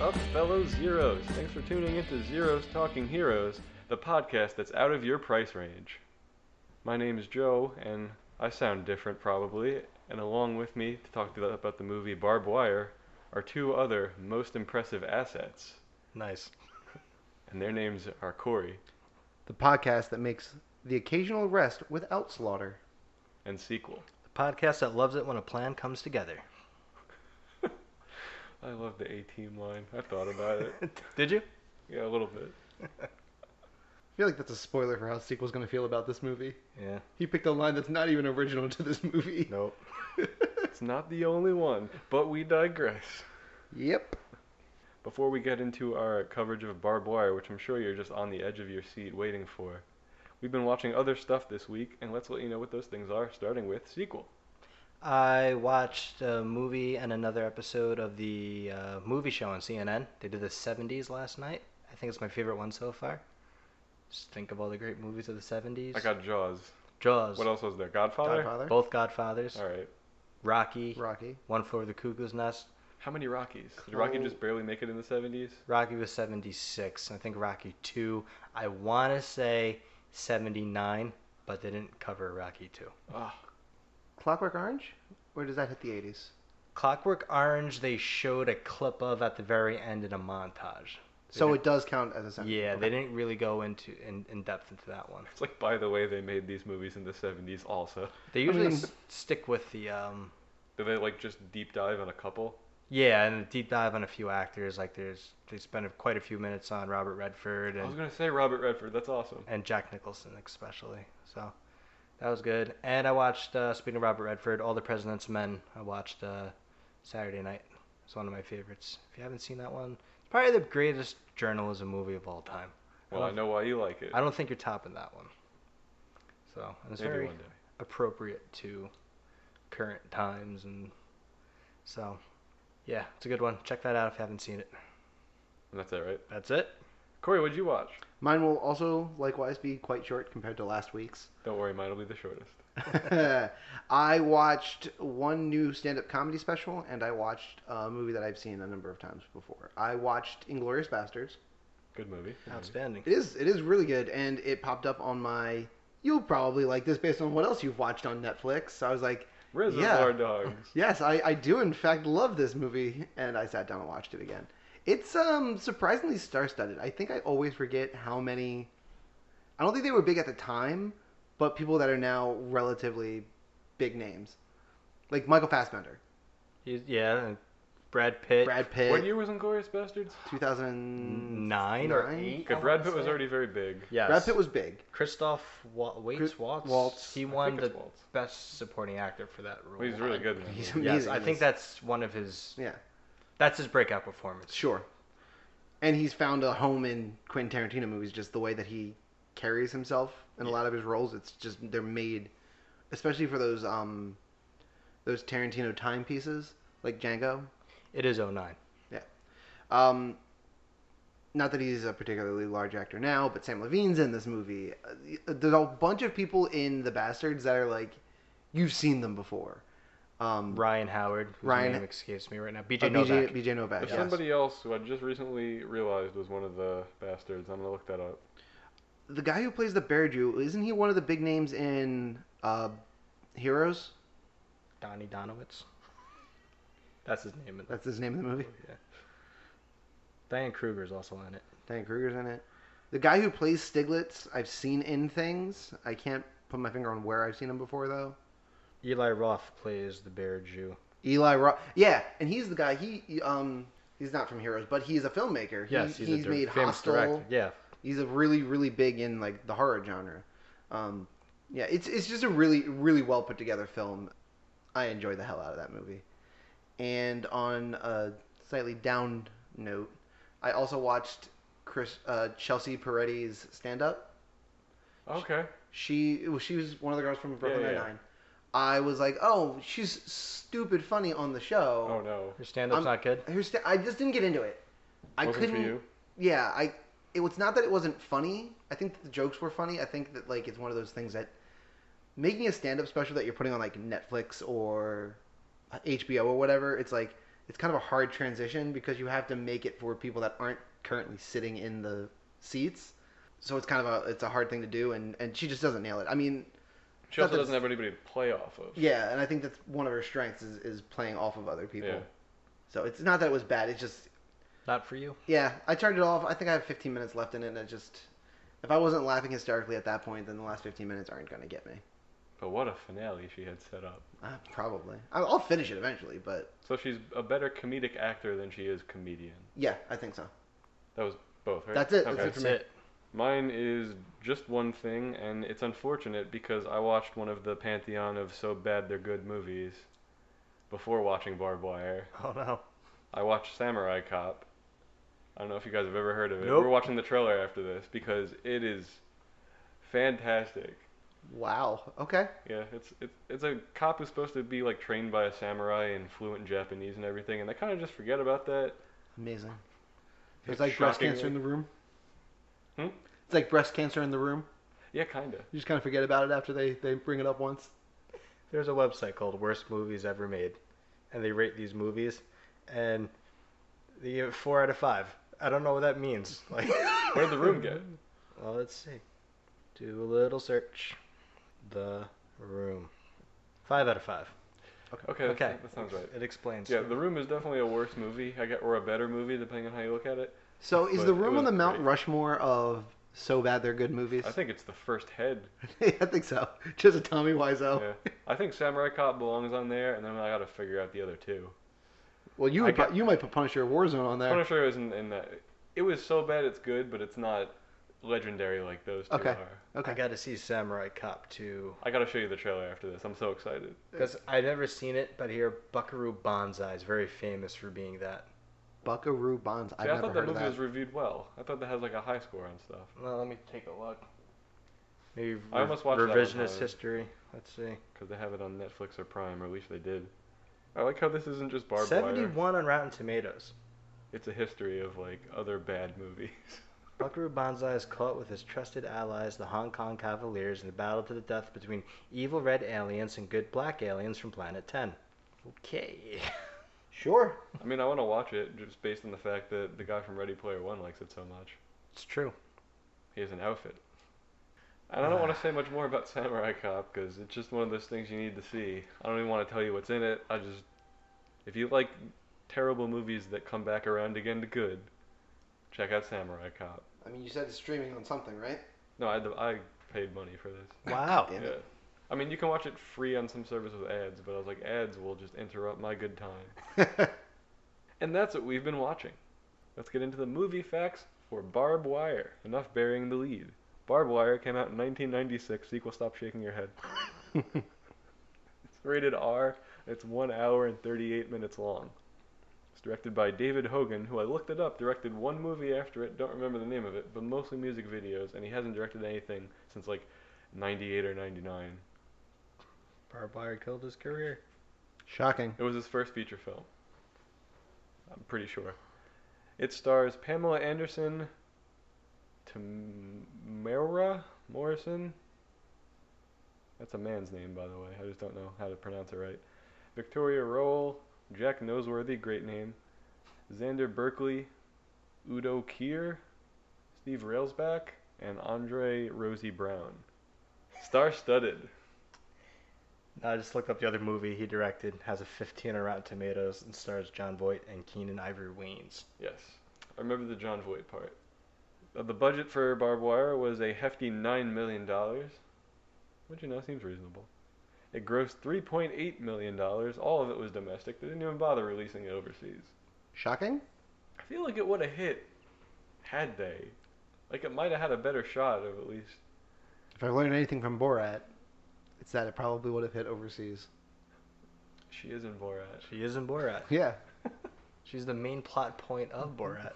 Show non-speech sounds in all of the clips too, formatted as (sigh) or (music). Out, fellow Zeros. Thanks for tuning in to Zeros Talking Heroes, the podcast that's out of your price range. My name is Joe, and I sound different probably. And along with me to talk to about the movie Barbed Wire are two other most impressive assets, Nice. and their names are Corey the podcast that makes the occasional rest without slaughter. and Sequel. The podcast that loves it when a plan comes together. I love the A team line. I thought about it. (laughs) Did you? Yeah, a little bit. I feel like that's a spoiler for how Sequel's going to feel about this movie. Yeah. He picked a line that's not even original to this movie. Nope. It's not the only one, but we digress. (laughs) Yep. Before we get into our coverage of Barbed Wire, which I'm sure you're just on the edge of your seat waiting for, we've been watching other stuff this week, and let's let you know what those things are, starting with Sequel. I watched a movie and another episode of the uh, movie show on CNN. They did the 70s last night. I think it's my favorite one so far. Just think of all the great movies of the 70s. I got Jaws. Jaws. What else was there? Godfather? Godfather. Both Godfathers. All right. Rocky. Rocky. One Floor of the Cuckoo's Nest. How many Rockies? Did Rocky Oh. just barely make it in the 70s? Rocky was 76. I think Rocky 2. I want to say 79, but they didn't cover Rocky 2. Ah, Clockwork Orange? Or does that hit the 80s? Clockwork Orange, they showed a clip of at the very end in a montage. So Yeah. it does count as a sentence. Yeah, Okay. they didn't really go into in, in depth into that one. it's like, by the way, they made these movies in the 70s also. They usually mean- s- stick with the um, Did they, like, just deep dive on a couple? yeah, and deep dive on a few actors. Like there's they spent a- quite a few minutes on Robert Redford I was and going to say Robert Redford. That's awesome. and Jack Nicholson especially. So that was good. And I watched uh, speaking of Robert Redford, All the President's Men. I watched uh, Saturday night. It's one of my favorites. If you haven't seen that one, it's probably the greatest journalism movie of all time. Well, I know why you like it. I don't think you're topping that one. So and it's Maybe very one day. appropriate to current times and so yeah, it's a good one. Check that out if you haven't seen it. And that's it, right? That's it. Corey, what'd you watch? Mine will also likewise be quite short compared to last (laughs) week's. (laughs) Don't worry, mine will be the shortest. I watched one new stand-up comedy special, and I watched a movie that I've seen a number of times before. I watched *Inglorious Bastards*. Good movie. Good movie. Outstanding. It is it is really good, and it popped up on my. You'll probably like this based on what else you've watched on Netflix. So I was like, Reservoir Dogs. yes, I, I do in fact love this movie, and I sat down and watched it again. It's um surprisingly star-studded. I think I always forget how many. I don't think they were big at the time, but people that are now relatively big names, like Michael Fassbender, You- Yeah, and Brad Pitt. Brad Pitt, What year was Inglorious Bastards? 2009 nine or Nine? eight. Because Brad Pitt was already very big. Yes. Brad Pitt was big. Christoph Wa- Waits Chris- Waltz. Waltz. He I won think the it's Waltz. best supporting actor for that role. Well, he's really good. in that He's movie. Yes, amazing. I think that's one of his. Yeah. That's his breakout performance. Sure. And he's found a home in Quentin Tarantino movies, just the way that he carries himself in a lot of his roles. It's just they're made, especially for those um, those Tarantino timepieces like Django. It is 09. Um, not that he's a particularly large actor now, but Sam Levine's in this movie. Uh, There's a bunch of people in The Bastards that are like, you've seen them before. Um, Ryan Howard. whose Ryan- name escapes me right now. BJ uh, Novak. BJ, BJ Novak. There's yes. somebody else who I just recently realized was one of the bastards. I'm gonna look that up. the guy who plays the bear Jew, isn't he one of the big names in uh, Heroes? Donnie Donowitz. That's his name in the That's his name in the movie. Yeah. Diane Kruger's also in it. Dan Kruger's in it. The guy who plays Stiglitz, I've seen in things. I can't put my finger on where I've seen him before though. Eli Roth plays the Bear Jew. Eli Roth, yeah, and he's the guy. He he, um, he's not from Heroes, but he's a filmmaker. He- Yes, he's, he's, a dir- made famous Hostel. director. Yeah, He's a really really big in like the horror genre. Um, yeah, it's it's just a really really well put together film. I enjoyed the hell out of that movie. And on a slightly down note, I also watched Chris uh, Chelsea Peretti's stand up. Okay. She well, she was one of the girls from Brooklyn Yeah, yeah, Nine yeah. Nine. I was like, oh, she's stupid funny on the show. Oh no. your stand-up's I'm- not good. Here's the- I just didn't get into it. I Oh. Wasn't couldn't. for you. Yeah, I. It was not that it wasn't funny. I think that the jokes were funny. I think that like it's one of those things that making a stand-up special that you're putting on like Netflix or HBO or whatever. It's like it's kind of a hard transition because you have to make it for people that aren't currently sitting in the seats. So it's kind of a it's a hard thing to do, and and she just doesn't nail it. I mean, She also Nothing's- doesn't have anybody to play off of. yeah, and I think that's one of her strengths is, is playing off of other people. Yeah. So it's not that it was bad. It's just Not for you. yeah, I turned it off. I think I have 15 minutes left in it, and it just if I wasn't laughing hysterically at that point, then the last 15 minutes aren't going to get me. But what a finale she had set up. Uh, probably. I'll, I'll finish it eventually, but So she's a better comedic actor than she is comedian. yeah, I think so. Both, right? That's it. Okay. That's it for That's me. it. Mine is just one thing, and it's unfortunate because I watched one of the pantheon of so bad they're good movies before watching Barbed Wire. Oh no. I watched Samurai Cop. I don't know if you guys have ever heard of it. Nope. We're watching the trailer after this because it is fantastic. Wow. Okay. Yeah, it's it's it's a cop who's supposed to be like trained by a samurai and fluent in Japanese and everything, and they kind of just forget about that. Amazing. It's like breast cancer in the room. Hmm? It's like breast cancer in the room. Yeah, kinda. You just kind of forget about it after they, they bring it up once. There's a website called Worst Movies Ever Made, and they rate these movies, and they give it four out of five. I don't know what (laughs) that means. Like, What did the room (laughs) get? well, let's see. Do a little search. The room. Five out of five. Okay, that- Okay. that sounds right. It explains. Yeah, The Room is definitely a worse movie, I get, or a better movie, depending on how you look at it. So is But the it room on was the Mount great. Rushmore of so bad they're good movies? I think it's the first head. (laughs) I think so. Just a Tommy Wiseau. Yeah. I think Samurai Cop belongs on there, and then I gotta figure out the other two. Well, you I would got- put- you might put Punisher or Warzone on there. Punisher is in, in that. It was so bad it's good, but it's not legendary like those two Okay. are. Okay. I got to see Samurai Cop 2 I gotta show you the trailer after this. I'm so excited. because I've never seen it, but I hear Buckaroo Banzai is very famous for being that. Buckaroo Bonds. I've See, I never thought that heard of movie that. was reviewed well. I thought that has like a high score on stuff. Well, let me take a look. Maybe I re- almost watched that one revisionist time. history. Let's see. Because they have it on Netflix or Prime, or at least they did. I like how this isn't just barbed wire. 71 on Rotten Tomatoes. It's a history of like other bad movies. (laughs) Buckaroo Banzai is caught with his trusted allies, the Hong Kong Cavaliers, in the battle to the death between evil red aliens and good black aliens from Planet 10. Okay. (laughs) Sure. I mean, I want to watch it just based on the fact that the guy from Ready Player One likes it so much. It's true. He has an outfit. And I don't want to say much more about Samurai Cop because it's just one of those things you need to see. I don't even want to tell you what's in it. I just, if you like terrible movies that come back around again to good, check out Samurai Cop. I mean, you said it's streaming on something, right? No, I, I paid money for this. Wow. Damn Yeah. it. I mean, you can watch it free on some service with ads, but I was like, ads will just interrupt my good time. (laughs) And that's what we've been watching. Let's get into the movie facts for Barb Wire. Enough burying the lead. Barb Wire came out in 1996. Sequel, stop shaking your head. It's rated R. It's one hour and 38 minutes long. It's directed by David Hogan, who I looked it up, directed one movie after it, don't remember the name of it, but mostly music videos, and he hasn't directed anything since like 98 or 99. Barbed wire killed his career. Shocking. It was his first feature film. I'm pretty sure. It stars Pamela Anderson, Tamara Morrison. That's a man's name, by the way. I just don't know how to pronounce it right. Victoria Rowell, Jack Noseworthy, great name. Xander Berkeley, Udo Kier, Steve Railsback, and Andre Rosie Brown. Star studded. I just looked up the other movie he directed, has a 15 on Rotten Tomatoes, and stars John Voight and Keenan Ivory Waynes. Yes. I remember the John Voight part. Uh, the budget for Barbed Wire was a hefty $9 million, which, you know, seems reasonable. It grossed $3.8 million. All of it was domestic. They didn't even bother releasing it overseas. Shocking? I feel like it would have hit had they. Like, it might have had a better shot of at least. If I learned anything from Borat, it's that it probably would have hit overseas. She is in Borat. She is in Borat. Yeah. She's the main plot point of Borat.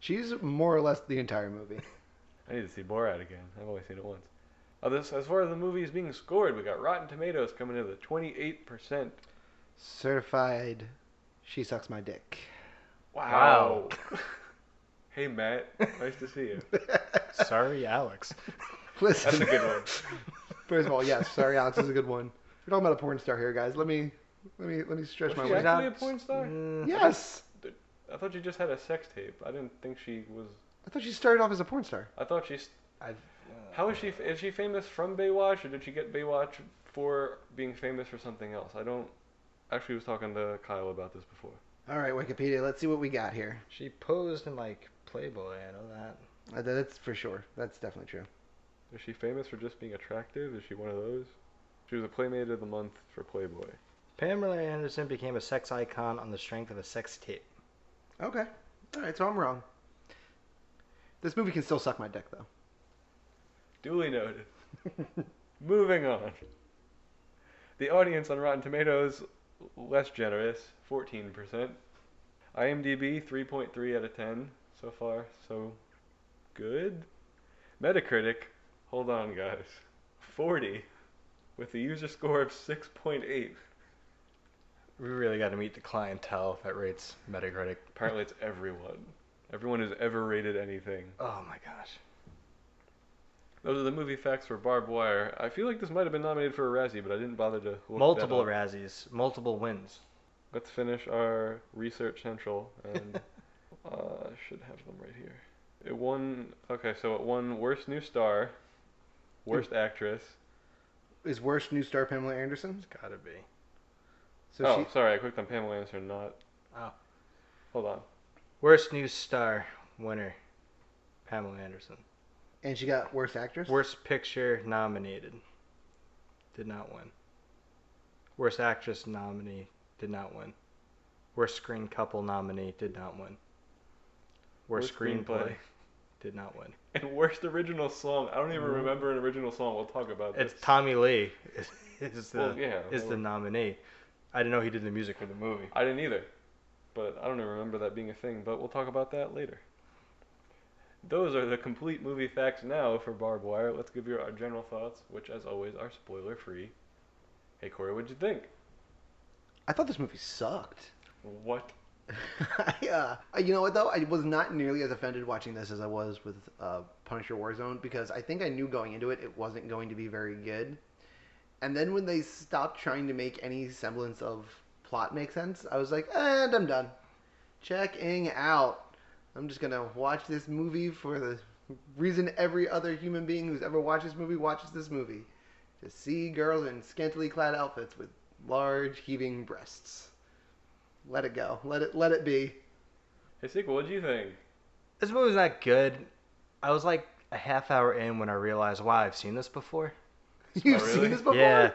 She's more or less the entire movie. I need to see Borat again. I've only seen it once. Uh, this, as far as the movie is being scored, we got Rotten Tomatoes coming in at 28%. Certified, she sucks my dick. Wow. (laughs) hey, Matt. Nice to see (laughs) you. (laughs) Sorry, (laughs) Alex. Listen. That's a good one. First of all, yes, sorry, Alex is a good one. We're talking about a porn star here, guys. Let me Let me let me stretch Was my she wings. not- actually a porn star? Mm, Yes, I thought she just had a sex tape. I didn't think she was. I thought she started off as a porn star. I thought she's. I've, Uh, How is she? Is she famous from Baywatch, or did she get Baywatch for being famous for something else? I don't. Actually, was talking to Kyle about this before. All right, Wikipedia. Let's see what we got here. She posed in like Playboy. I know that. Uh, That's for sure. That's definitely true. Is she famous for just being attractive? Is she one of those? She was a Playmate of the Month for Playboy. Pamela Anderson became a sex icon on the strength of a sex tape. Okay. All right, so I'm wrong. This movie can still suck my dick though. Duly noted. Moving on. The audience on Rotten Tomatoes, less generous, 14%. IMDb, 3.3 out of 10 so far, so good. Metacritic, hold on, guys, 40 with a user score of 6.8. We really got to meet the clientele that rates Metacritic. Apparently, it's everyone. Everyone who's ever rated anything. Oh my gosh. Those are the movie facts for Barbed Wire. I feel like this might have been nominated for a Razzie, but I didn't bother to look that multiple up. Razzies, multiple (laughs) wins. Let's finish our research central, and uh, I should have them right here. It won. Okay, so it won worst new star, worst actress. (laughs) Is worst new star Pamela Anderson? It's gotta be. So oh, she sorry, I clicked on Pamela Anderson, not. Oh. Hold on. (laughs) Worst new star winner, Pamela Anderson. and she got worst actress. Worst picture nominated, did not win. Worst actress nominee did not win. Worst screen couple nominee did not win. Worst, Worst screenplay, screenplay. did not win. And worst original song. I don't even Mhm. remember an original song. We'll talk about this. It's Tommy Lee is, is the Well, yeah. is the well, nominee. I didn't know he did the music for the movie. I didn't either, but I don't even remember that being a thing. But we'll talk about that later. Those are the complete movie facts now for Barbed Wire. Let's give you our general thoughts, which, as always, are spoiler free. Hey Corey, what'd you think? I thought this movie sucked. What? (laughs) I, uh, I- you know what though? I was not nearly as offended watching this as I was with uh, Punisher Warzone because I think I knew going into it it wasn't going to be very good. And then when they stopped trying to make any semblance of plot make sense, I was like, and I'm done. Checking out. I'm just gonna watch this movie for the reason every other human being who's ever watched this movie watches this movie, to see girls in scantily clad outfits with large heaving breasts. Let it go. Let it let it be. Hey Sequel, what'd you think? This movie's not good. I was like a half hour in when I realized, wow, I've seen this before. You've really? seen this before? Yeah.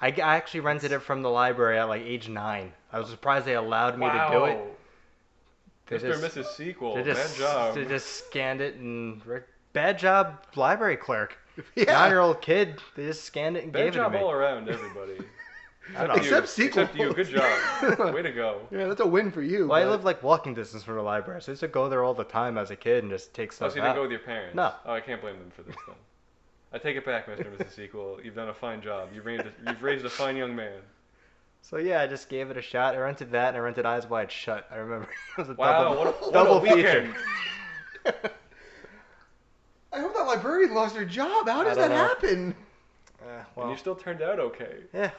I, I actually rented it from the library at like age nine. I was surprised they allowed me to do it. They Mr. just- and Mrs. Sequel, They bad just, job. They just scanned it and. re- Bad job, library clerk. (laughs) Yeah. Nine year old kid. They just scanned it and bad gave job it to me. all around, (laughs) everybody. I don't know. Except you. Except Sequel. Except you. Good (laughs) job. Way to go. Yeah, that's a win for you. well, I but- lived like walking distance from the library, so I used to go there all the time as a kid and just take Oh, stuff so you didn't out. go with your parents? No. Oh, I can't blame them for this then. I take it back, Mr. and Mrs. Sequel. You've done a fine job. You've raised a, you've raised a fine young man. So yeah, I just gave it a shot. I rented that and I rented Eyes Wide Shut. I remember (laughs) it was a Wow, double, what a, what (laughs) double a feature. weekend. (laughs) I hope that librarian lost her job. How I does don't that know. happen? Uh, And well, you still turned out okay. yeah,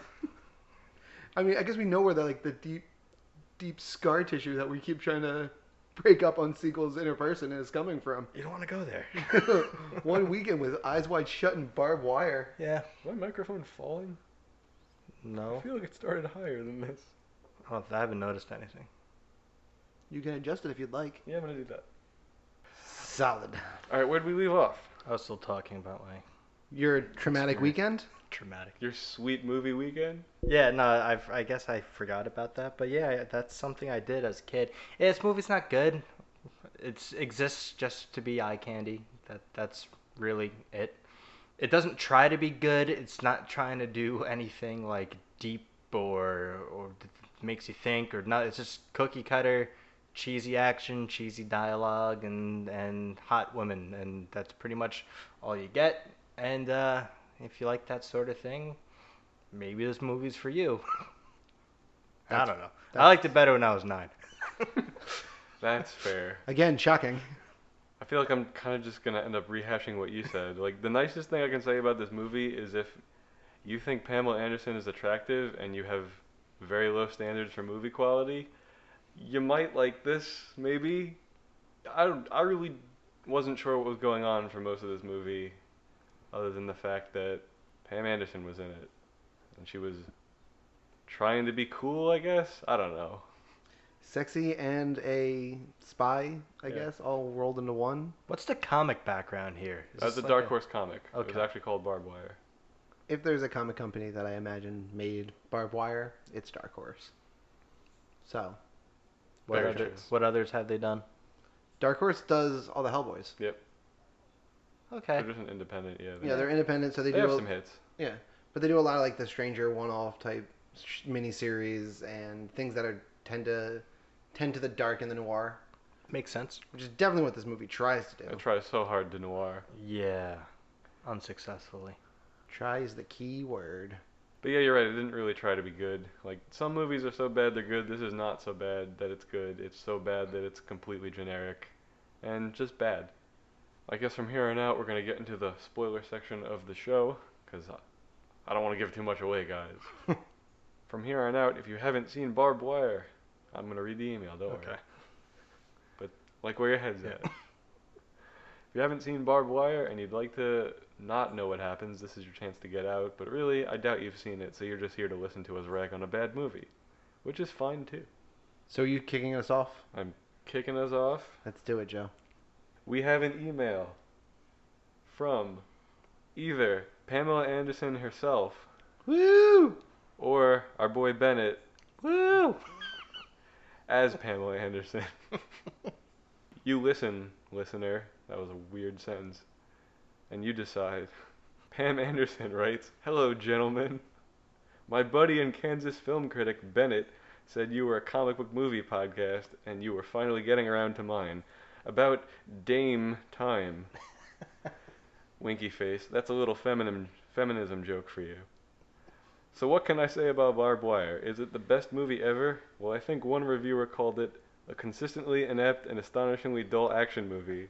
I mean, I guess we know where the like the deep, deep scar tissue that we keep trying to break up on sequel's inner person is coming from. (laughs) you don't want to go there. One weekend with eyes wide shut and barbed wire. (laughs) Yeah, Is my microphone falling? I no, feel like it started higher than this. I, don't, I haven't noticed anything. You can adjust it if you'd like. Yeah, I'm gonna do that. Solid. All right, where'd we leave off? I was still talking about my Your traumatic Experience. (laughs) weekend. traumatic. Your sweet movie weekend. Yeah, no, I I guess I forgot about that, but yeah, that's something I did as a kid. Yeah, this movie's not good. It exists just to be eye candy. That that's really it. It doesn't try to be good. It's not trying to do (laughs) anything like deep or or th- makes you think or not. It's just cookie cutter, cheesy action, cheesy dialogue, and and hot women, and that's pretty much all you get. And uh, if you like that sort of thing, maybe this movie's for you. (laughs) I That's- don't know. I that's- liked it better when I was nine. That's fair. Again, shocking. I feel like I'm kind of just gonna end up rehashing what you said. Like the nicest thing I can say about this movie is if you think Pamela Anderson is attractive and you have very low standards for movie quality, you might like this maybe. I I really wasn't sure what was going on for most of this movie, other than the fact that Pam Anderson was in it, and she was trying to be cool. I guess I don't know. Sexy and a spy, I Yeah. guess, all rolled into one. What's the comic background here? Is That's a this like Uh, Dark Horse comic. It Okay. was actually called Barbed Wire. If there's a comic company that I imagine made barbed wire, it's Dark Horse. So, What, Very other, true. what others have they done? Dark Horse does all the Hellboys. Yep. Okay. Eh. They're just an independent. Yeah. Yeah, they're independent, so they, they do have a- some hits. Yeah, but they do a lot of like the Stranger one-off type sh- miniseries and things that are tend to tend to the dark and the noir, Makes sense. which is definitely what this movie tries to do. I try so hard to noir. Yeah. Unsuccessfully. try is the key word. But yeah, you're right. It didn't really try to be good. Like some movies are so bad they're good. This is not so bad that it's good. It's so bad that it's completely generic, and just bad. I guess from here on out we're gonna get into the spoiler section of the show because I, I don't want to give too much away, guys. (laughs) from here on out, if you haven't seen Barbed Wire, I'm gonna read the email. Don't worry. Okay. But like where your head's at. if you haven't seen Barbed Wire and you'd like to not know what happens, this is your chance to get out. But really, I doubt you've seen it, so you're just here to listen to us rag on a bad movie, which is fine too. So you kicking us off? Kicking us off, Let's do it, Joe. we have an email from either Pamela Anderson herself Woo! or our boy Bennett Woo! as Pamela Anderson. (laughs) you listen, listener. That was a weird sentence. And you decide. (laughs) Pam Anderson writes Hello, gentlemen. My buddy and Kansas film critic Bennett said you were a comic book movie podcast, and you were finally getting around to mine. About Dame Time. Winky face. That's a little feminine feminism joke for you. So what can I say about Barbed Wire? Is it the best movie ever? Well, I think one reviewer called it a consistently inept and astonishingly dull action movie.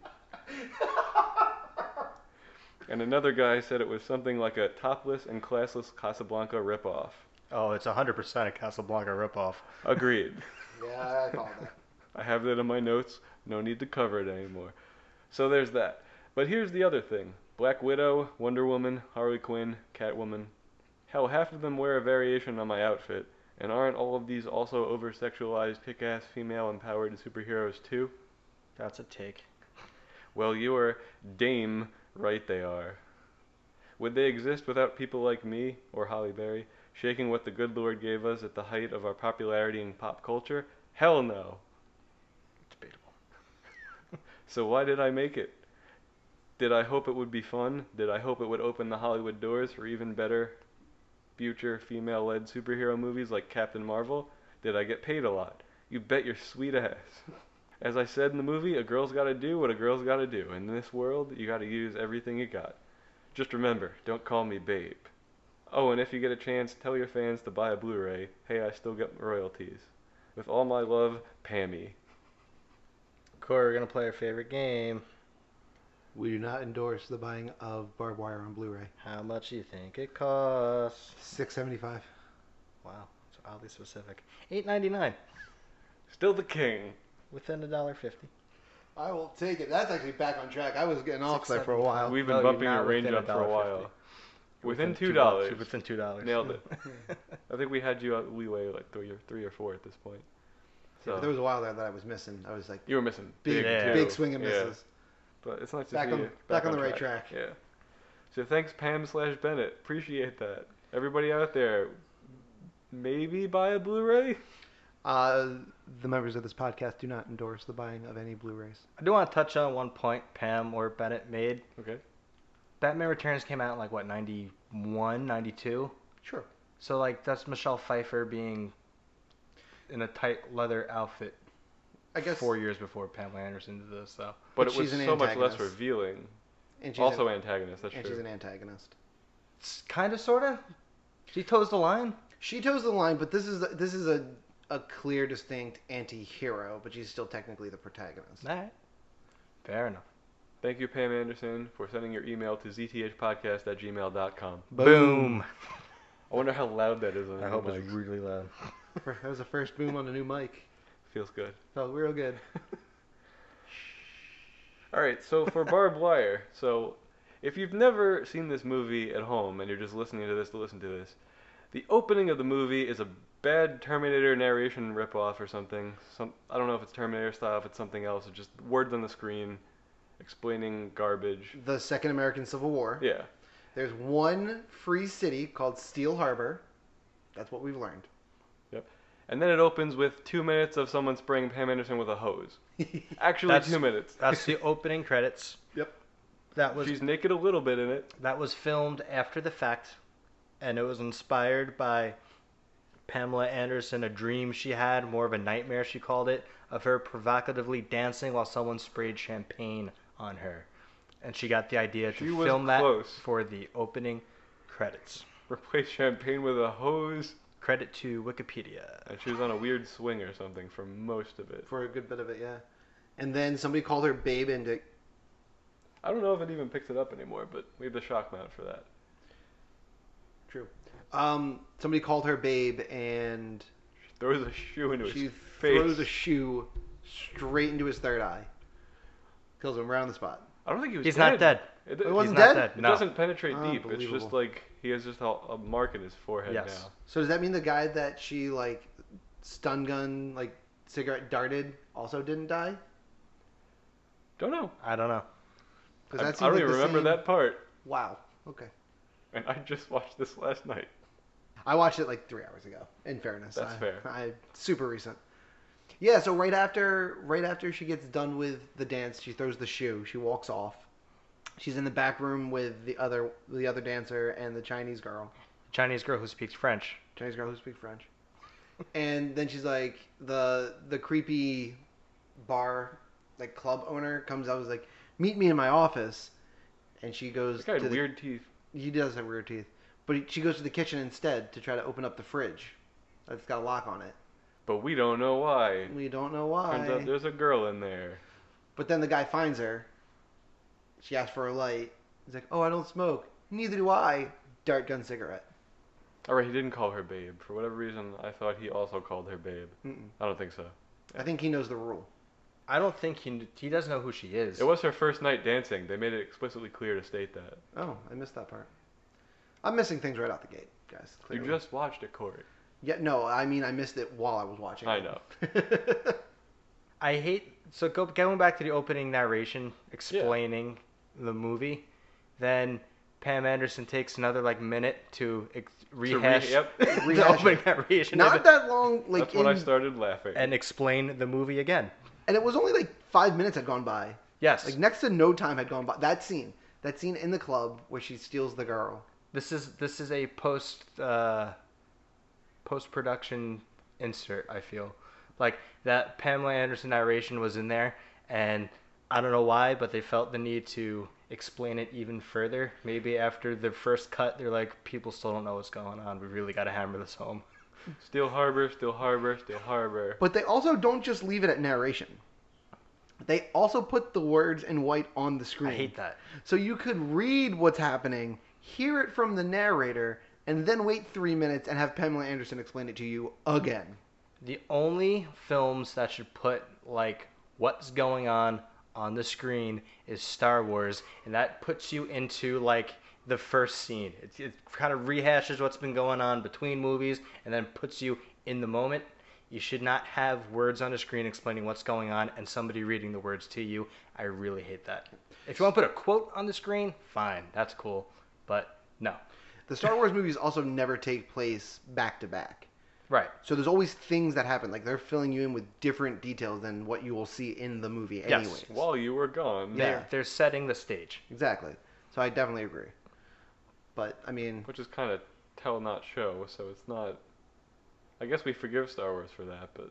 and another guy said it was something like a topless and classless Casablanca ripoff. (laughs) Oh, it's 100% a Casablanca ripoff. Agreed. Yeah, I called that. I have that in my notes. No need to cover it anymore. So there's that. But here's the other thing Black Widow, Wonder Woman, Harley Quinn, Catwoman. Hell, half of them wear a variation on my outfit. And aren't all of these also over sexualized, kick ass, female empowered superheroes too? That's a take. Well, you are dame right they are. Would they exist without people like me, or Holly Berry, shaking what the good Lord gave us at the height of our popularity in pop culture? Hell no. Debatable. (laughs) So why did I make it? Did I hope it would be fun? Did I hope it would open the Hollywood doors for even better future female led superhero movies like Captain Marvel? Did I get paid a lot? You bet your sweet ass. As I said in the movie, a girl's gotta do what a girl's gotta do. In this world, you gotta use everything you got. Just remember, don't call me babe. Oh, and if you get a chance, tell your fans to buy a Blu ray. Hey, I still get royalties. With all my love, Pammy. Corey, we're going to play our favorite game. We do not endorse the buying of barbed wire on Blu-ray. How much do you think it costs? Six seventy-five. Wow, it's oddly specific. Eight ninety nine, Still the king. within a dollar fifty. I will take it. That's actually back on track. I was getting off Six, there for a seven, while. We've been No, you're bumping not your range within up for a $1.50. while. Within two $2. dollars. Within two dollars. Nailed it. (laughs) I think we had you at leeway like three or three or four at this point. Yeah, but So there was a while there that I was missing. I was like you were missing big, big, too. Yeah. big swing and Yeah. misses. But it's nice to Back see on- you back on the right track. Yeah. So thanks Pam slash Bennett. Appreciate that. Everybody out there, maybe buy a Blu-ray. Uh, the members of this podcast do not endorse the buying of any Blu-rays. I do want to touch on one point Pam or Bennett made. Okay. Batman Returns came out in like what 91, 92? Sure. So like that's Michelle Pfeiffer being in a tight leather outfit I guess. four years before Pamela Anderson did this. So But, But it was she's an so much less antagonist. revealing. And she's Also an, antagonist. That's and she's true. an antagonist. it's kind of sorta. She toes the line. She toes the line, but this is this is a a clear, distinct anti-hero, but she's still technically the protagonist. All right. Fair enough. Thank you, Pam Anderson, for sending your email to zthpodcast at gmail.com. Boom. I wonder how loud that is on I the hope mics. it's really loud. (laughs) That was the first boom on a new mic. Feels good. Felt real good. All right, so for (laughs) barbed wire, so if you've never seen this movie at home and you're just listening to this to listen to this, the opening of the movie is a bad Terminator narration ripoff or something. Some I don't know if it's Terminator style, if it's something else, it's just words on the screen explaining garbage. The Second American Civil War. Yeah. There's one free city called Steel Harbor. That's what we've learned. (laughs) And then it opens with two minutes of someone spraying Pam Anderson with a hose. Actually, That's- two minutes. That's the opening credits. Yep. That was She's naked a little bit in it. that was filmed after the fact, and it was inspired by Pamela Anderson, a dream she had, more of a nightmare she called it, of her provocatively dancing while someone sprayed champagne on her, and she got the idea She to was film that close. for the opening credits. Replace champagne with a hose. Credit to Wikipedia. And she was on a weird swing or something for most of it. For a good bit of it, yeah. And then somebody called her Babe and Dick. I don't know if it even picks it up anymore, but we have the shock mount for that. True. Um, somebody called her Babe and She throws a shoe into she his face. throws a shoe straight into his third eye. Kills him right on the spot. I don't think he was He's not dead. It, It it, wasn't He's not dead? dead. it No. doesn't penetrate deep. It's just Unbelievable. like he has just a, a mark in his forehead Yes. now. So does that mean the guy that she like stun gun like cigarette darted also didn't die? Don't know. I don't know. I, Because I don't even remember that part. Wow. Okay. And I just watched this last night. I watched it like three hours ago. In fairness, That's I- fair. I super recent. Yeah. So right after, right after she gets done with the dance, she throws the shoe. She walks off. She's in the back room with the other, the other dancer and the Chinese girl. Chinese girl who speaks French. Chinese girl who speaks (laughs) French. And then she's like the the creepy bar like club owner comes out and is like, Meet me in my office and she goes This guy to had the, weird teeth. he does have weird teeth. But he- she goes to the kitchen instead to try to open up the fridge. That's got a lock on it. But we don't know why. We don't know Turns out why. there's a girl in there. But then the guy finds her. She asks for a light. He's like, Oh, I don't smoke. Neither do I. Dart gun cigarette. All right, he didn't call her babe. For whatever reason, I thought he also called her babe. Mm-mm. I don't think so. I think he knows the rule. I don't think he kn- he doesn't know who she is. It was her first night dancing. They made it explicitly clear to state that. Oh, I missed that part. I'm missing things right out the gate, guys. Clearly. You just watched it, Corey. Yeah, no, I mean I missed it while I was watching. I it. (laughs) know. I hate so go, going back to the opening narration explaining the movie, then Pam Anderson takes another like minute to ex- rehash (laughs) yep. the Rehash opening it. narration of Not it that long, like, That's when I in- started laughing. and explain the movie again. and it was only like five minutes had gone by. Yes, Like next to no time had gone by. That scene, that scene in the club where she steals the girl. this is this is a post uh, post production insert. I feel like that Pamela Anderson narration was in there, and I don't know why, but they felt the need to explain it even further. Maybe after the first cut, they're like, people still don't know what's going on. We really got to hammer this home. Steel Harbor, Steel Harbor, Steel Harbor. But they also don't just leave it at narration. They also put the words in white on the screen. I hate that. So you could read what's happening, hear it from the narrator, and then wait three minutes and have Pamela Anderson explain it to you again. The only films that should put like what's going on on the screen is Star Wars, and that puts you into like the first scene. It, it kind of rehashes what's been going on between movies, and then puts you in the moment. You should not have words on the screen explaining what's going on and somebody reading the words to you. I really hate that. If you want to put a quote on the screen, fine, that's cool. But no, The Star Wars movies also never take place back to back. right? So there's always things that happen. Like they're filling you in with different details than what you will see in the movie Yes. anyways. While you were gone. Yeah. They're, they're setting the stage. Exactly. So I definitely agree. But I mean (laughs) Which is kind of tell, not show, so it's not. I guess we forgive Star Wars for that, but.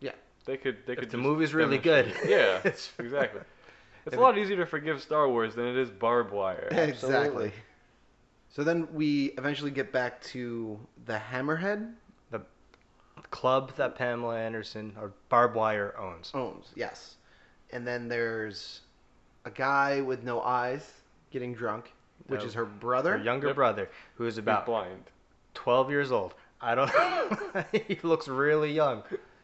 Yeah. They could. They could If the just movie's really good, demonstrate- Yeah, (laughs) it's- exactly. It's a lot easier to forgive Star Wars than it is barbed wire. Exactly. So then we eventually get back to the hammerhead club that Pamela Anderson or Barb Wire owns. owns, yes. And then there's a guy with no eyes getting drunk, which No. is her brother. Her younger Yep. brother, who is He's about blind. 12 years old. I don't (laughs) know. he looks really young.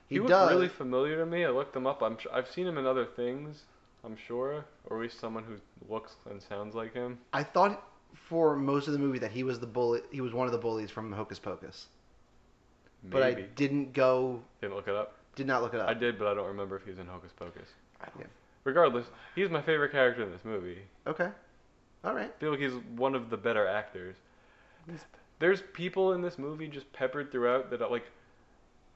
He, He, looked does. really familiar to me. I looked him up. I'm su I've seen him in other things. I'm sure, or at least someone who looks and sounds like him. I thought for most of the movie that he was the bully. He was one of the bullies from Hocus Pocus, Maybe. but I didn't go. didn't look it up. Did not Uh. look it up. I did, but I don't remember if he was in Hocus Pocus. Yeah. Regardless, he's my favorite character in this movie. Okay. All right. I feel like he's one of the better actors. There's people in this movie just peppered throughout that I, like.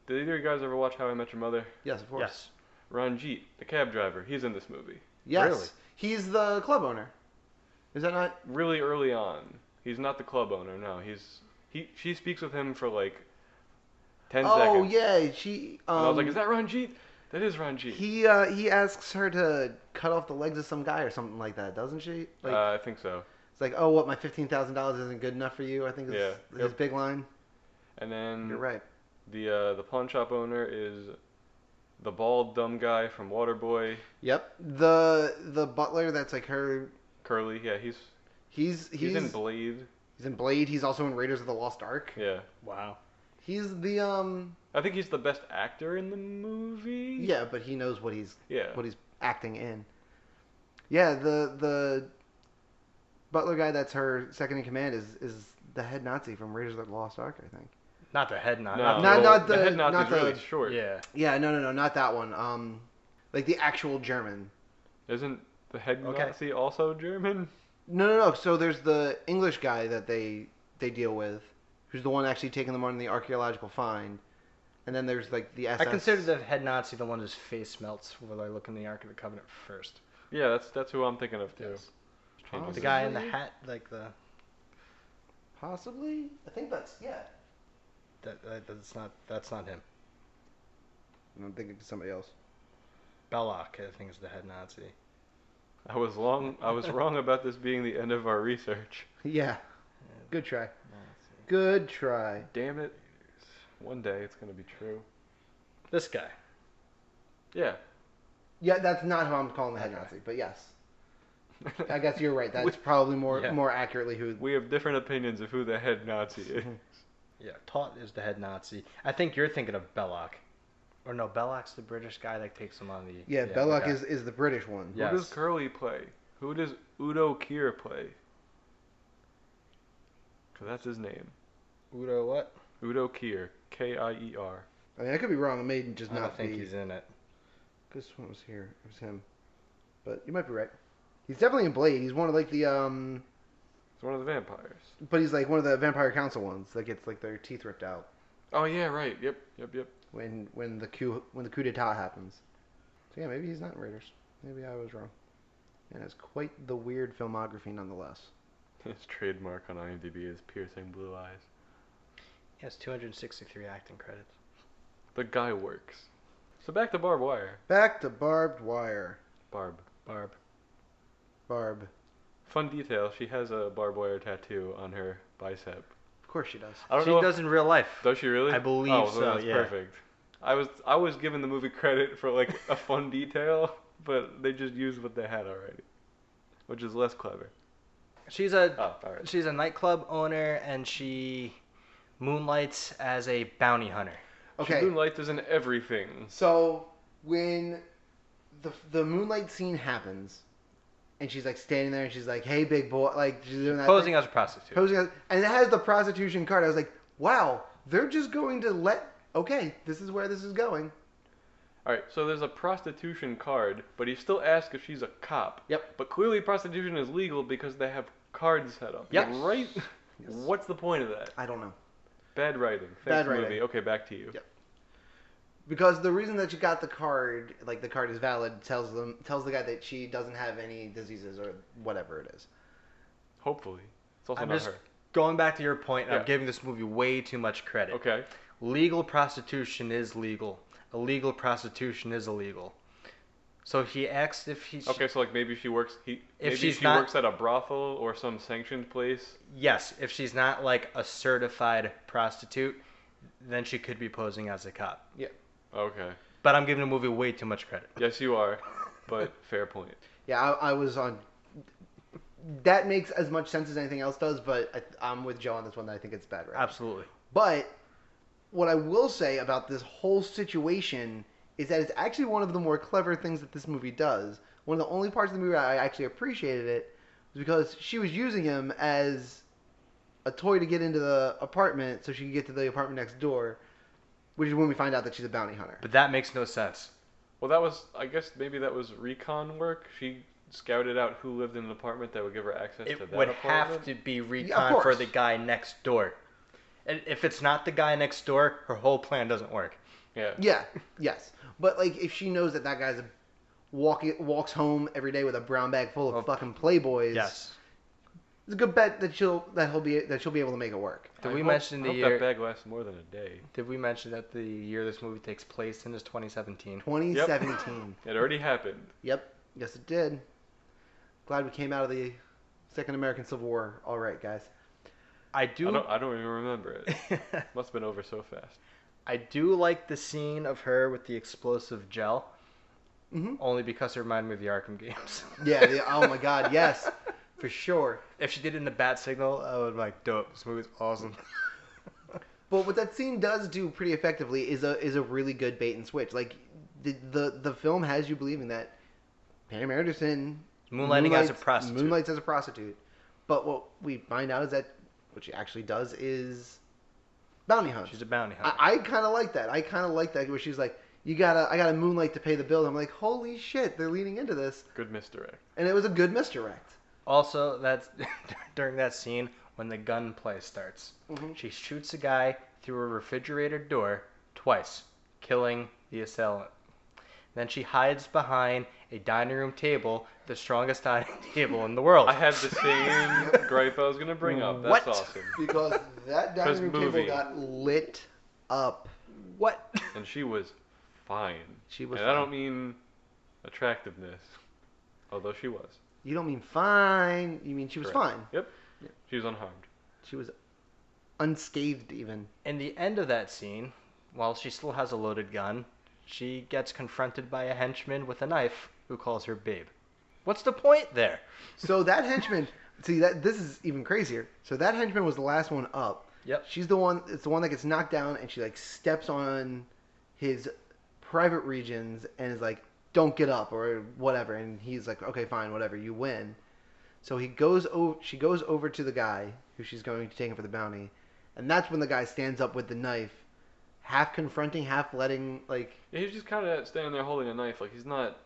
Did either of you guys ever watch How I Met Your Mother? Yes, of course. Yes. Ranjit, the cab driver, he's in this movie. Yes. Really? He's the club owner. Is that not? Really early on, he's not the club owner. No, he's he. She speaks with him for like ten oh seconds. yeah, she. Um, and I was like, is that Ranjit? That is Ranjit. He uh, he asks her to cut off the legs of some guy or something like that, doesn't she? Like uh, I think so. it's like, oh, what? My fifteen thousand dollars isn't good enough for you. I think is Yeah. his Yep. Mm-hmm. big line. And then You're right. the uh, the pawn shop owner is the bald dumb guy from Waterboy, Yep. The the butler that's like her. Curly. Yeah, he's He's he's, he's, in Blade. he's in Blade. He's also in Raiders of the Lost Ark. Yeah, Wow. He's the um. I think he's the best actor in the movie. Yeah, but he knows what he's yeah. what he's acting in. Yeah, the the butler guy that's her second in command is is the head Nazi from Raiders of the Lost Ark, I think. Not the head nod. No, Not the- Not- well, not the the- head nod not is the- really short. Yeah. Yeah, no, no, no, not that one. Um, like the actual German. Isn't the head Okay. Nazi also German? (laughs) No, no, no. So there's the English guy that they they deal with, who's the one actually taking them on the archaeological find, and then there's like the SS. I consider the head Nazi the one whose face melts when I look in the Ark of the Covenant first. Yeah, that's that's who I'm thinking of too. Yes. Changes The it. guy in the Possibly. hat, like the possibly. I think that's yeah. that, that that's not that's not him. I'm thinking of somebody else. Belloc, I think, is the head Nazi. I was long. I was wrong about this being the end of our research. Yeah, good try. Good try. Damn it! One day it's gonna be true. This guy. Yeah. Yeah, that's not who I'm calling the head Okay. Nazi, but yes, I guess you're (laughs) right. That's We- probably more Yeah. more accurately who. we have different opinions of who the head Nazi is. Yeah, Taut is the head Nazi. I think you're thinking of Belloc, or no, Belloc's the British guy that takes him on the. Yeah, Belloc okay. is is the British one. Yeah. Who Yes. does Curly play? Who does Udo Kier play? 'Cause that's his name. Udo. What? Udo Kier. K I E R. I mean, I could be wrong. It may just I not don't think be. he's in it. This one was here. It was him, but you might be right. He's definitely in Blade. He's one of like the um, It's one of the vampires. but he's like one of the Vampire Council ones that gets like their teeth ripped out Oh yeah, right. Yep, yep, yep. (laughs) when when the coup when the coup d'état happens. So yeah, maybe he's not in Raiders. Maybe I was wrong. And it's quite the weird filmography, nonetheless. His trademark on IMDb is piercing blue eyes. He has 263 acting credits. The guy works. So back to barbed wire. Back to barbed wire. Barb. Barb. Barb. Fun detail: she has a barbed wire tattoo on her bicep. Of course she does. I don't she know. if- does in real life. Does she really? I believe oh, then so, That's yeah. perfect. I was I was giving the movie credit for like a fun detail, (laughs) but they just used what they had already, which is less clever. She's a Oh, all right. she's a nightclub owner, and she moonlights as a bounty hunter. Okay. Moonlight is in everything. So when the the moonlight scene happens, and she's like standing there, and she's like, "Hey, big boy," like she's doing that Posing thing. as a prostitute. posing, as, and it has the prostitution card. I was like, "Wow, they're just going to let." Okay, this is where this is going. All right. So there's a prostitution card, but he still asks if she's a cop. Yep. But clearly prostitution is legal because they have cards set up. Yes. Right. Yes. What's the point of that? I don't know Bad writing. Thanks, Bad writing. movie. Okay, back to you. Yep. because the reason that she got the card, like the card is valid, tells them tells the guy that she doesn't have any diseases or whatever it is. Hopefully, it's also I'm not just her. going back to your point, and Yeah. I'm giving this movie way too much credit. Okay. Legal prostitution is legal. Illegal prostitution is illegal. So he asks if he. Okay, so like maybe she works. He If maybe she's she not- works at a brothel or some sanctioned place. Yes, if she's not like a certified prostitute, then she could be posing as a cop. Okay. But I'm giving the movie way too much credit. Yes, you are. (laughs) But fair point. Yeah, I, I was on. That makes as much sense as anything else does, but I, I'm with Joe on this one. That I think it's bad. Right? Absolutely. But what I will say about this whole situation is that it's actually one of the more clever things that this movie does. One of the only parts of the movie I actually appreciated it was because she was using him as a toy to get into the apartment so she could get to the apartment next door, which is when we find out that she's a bounty hunter. But that makes no sense. Well, that was, I guess maybe that was recon work. She scouted out who lived in an apartment that would give her access to It that would apartment. have to be of recon for course. the guy next door. And if it's not the guy next door, her whole plan doesn't work. Yeah. Yeah, yes. But like, if she knows that that guy's a walk walks home every day with a brown bag full of Oh. fucking playboys, Yes. it's a good bet that she'll that he'll be that she'll be able to make it work. Did I we hope- mention the hope year? that bag lasts more than a day. Did we mention that the year this movie takes place in is 2017? 2017. It already happened. Yep. Yes, it did. Glad we came out of the Second American Civil War. All right, guys. I I do. don't. I don't even remember it. (laughs) I, Must have been over so fast. do like the scene of her with the explosive gel, hmm only because it reminded me of the Arkham games. Yeah. yeah, oh my God. Yes, (laughs) for sure. (laughs) If she did it in the bat signal, I would be like, dope. This movie's awesome. But what that scene does do pretty effectively is a is a really good bait and switch. Like the the, the film has you believing that Pam Anderson Moonlighting as a moonlights- prostitute. Moonlights as a prostitute. But what we find out is that what she actually does is bounty hunt. She's a bounty hunter. I, I kind of like that. I kind of like that where she's like, "You gotta, I gotta moonlight to pay the bill." I'm like, "Holy shit, they're leaning into this," Good misdirect. and it was a good misdirect. Also, that's (laughs) during that scene when the gunplay starts. Mhm. She shoots a guy through a refrigerator door twice, killing the assailant. Then she hides behind a dining room table, the strongest (laughs) dining table in the world. I had the same gripe I was gonna bring up. That's What? awesome. Because (laughs) that Because dining room movie. table got lit up. what? And she was fine. She was. and I don't mean attractiveness, although she was. You don't mean fine. You mean she was Correct. fine. Yep. She was unharmed. She was unscathed even. (laughs) In the end of that scene, while she still has a loaded gun, she gets confronted by a henchman with a knife who calls her babe. What's the point there? So that henchman. see that this is even crazier. So that henchman was the last one up. Yep. She's the one. It's the one that gets knocked down, and she like steps on his private regions and is like, "Don't get up" or whatever. And he's like, "Okay, fine, whatever. You win." So he goes over. She goes over to the guy who she's going to take him for the bounty, and that's when the guy stands up with the knife, half confronting, half letting like Yeah, he's just kind of standing there holding a knife. Like he's not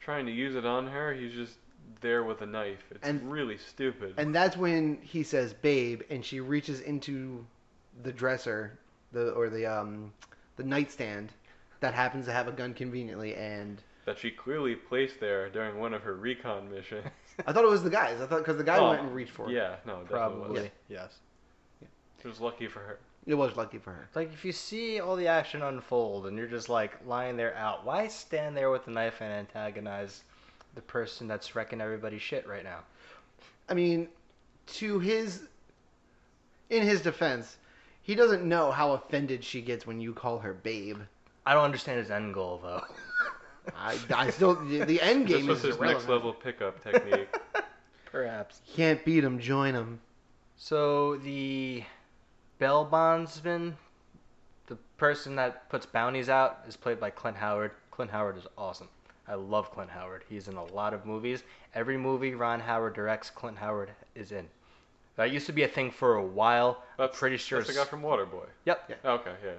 trying to use it on her. He's just there with a knife. It's And- really stupid. And that's when he says "babe," and she reaches into the dresser, the or the um, the nightstand that happens to have a gun conveniently. And that she clearly placed there during one of her recon missions. (laughs) I thought it was the guys. I thought because the guy Oh, went and reached for it. Yeah, no, it definitely was. Probably. Yes. It was lucky for her. It was lucky for her. Like if you see all the action unfold and you're just like lying there out, why stand there with a knife and antagonize the person that's wrecking everybody's shit right now? I mean, to his in his defense, he doesn't know how offended she gets when you call her babe. I don't understand his end goal though. (laughs) I, I still the (laughs) end This game was is his irrelevant. next level pickup technique. Perhaps. Can't beat him, join him. So the bell bondsman, the person that puts bounties out, is played by Clint Howard. Clint Howard is awesome. I love Clint Howard. He's in a lot of movies. Every movie Ron Howard directs, Clint Howard is in. That used to be a thing for a while. That's I'm pretty sure. That's the guy it's- from Waterboy. Yep. Okay, yeah.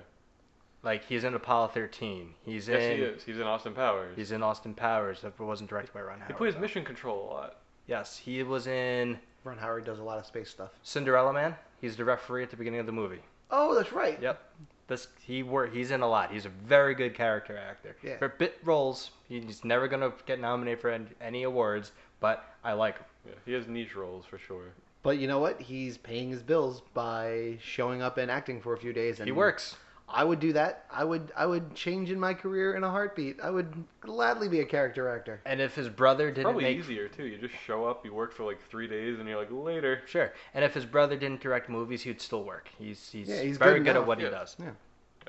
Like he's in Apollo 13. He's in. Yes, he is. He's in Austin Powers. He's in Austin Powers. That wasn't directed by Ron Howard. he plays though. Mission Control a lot. Yes, he was in Ron Howard does a lot of space stuff. Cinderella Man. He's the referee at the beginning of the movie. Oh, that's right. Yep. This he wor- He's in a lot. He's a very good character actor. Yeah. For bit roles, he's never gonna get nominated for an- any awards, but I like him. Yeah, he has niche roles for sure. But you know what? He's paying his bills by showing up and acting for a few days. And He works. I would do that. I would. I would change in my career in a heartbeat. I would gladly be a character actor. And if his brother didn't Probably make easier too. You just show up, you work for like three days, and you're like later. sure, and if his brother didn't direct movies, he'd still work. He's he's, Yeah, he's very good good, at enough, what yeah. he does.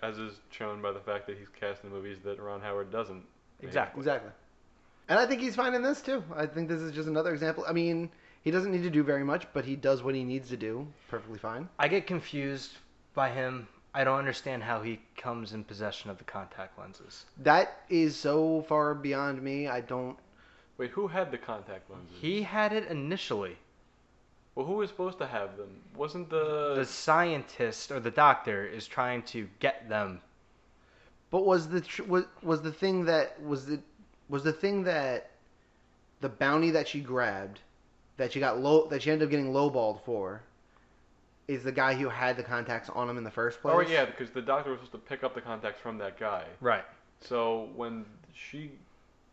As is shown by the fact that he's cast in movies that Ron Howard doesn't. make. Exactly. Exactly. And I think he's fine in this too. I think this is just another example. I mean, he doesn't need to do very much, but he does what he needs to do perfectly fine. I get confused by him I don't understand how he comes in possession of the contact lenses. That is so far beyond me. I don't. Wait, who had the contact Mm-hmm. lenses? He had it initially. Well, who was supposed to have them? Wasn't the The scientist or the doctor is trying to get them. But was the tr- was, was the thing that was the was the thing that the bounty that she grabbed that she got low that she ended up getting lowballed for is the guy who had the contacts on him in the first place. Oh yeah, because the doctor was supposed to pick up the contacts from that guy. Right. So when she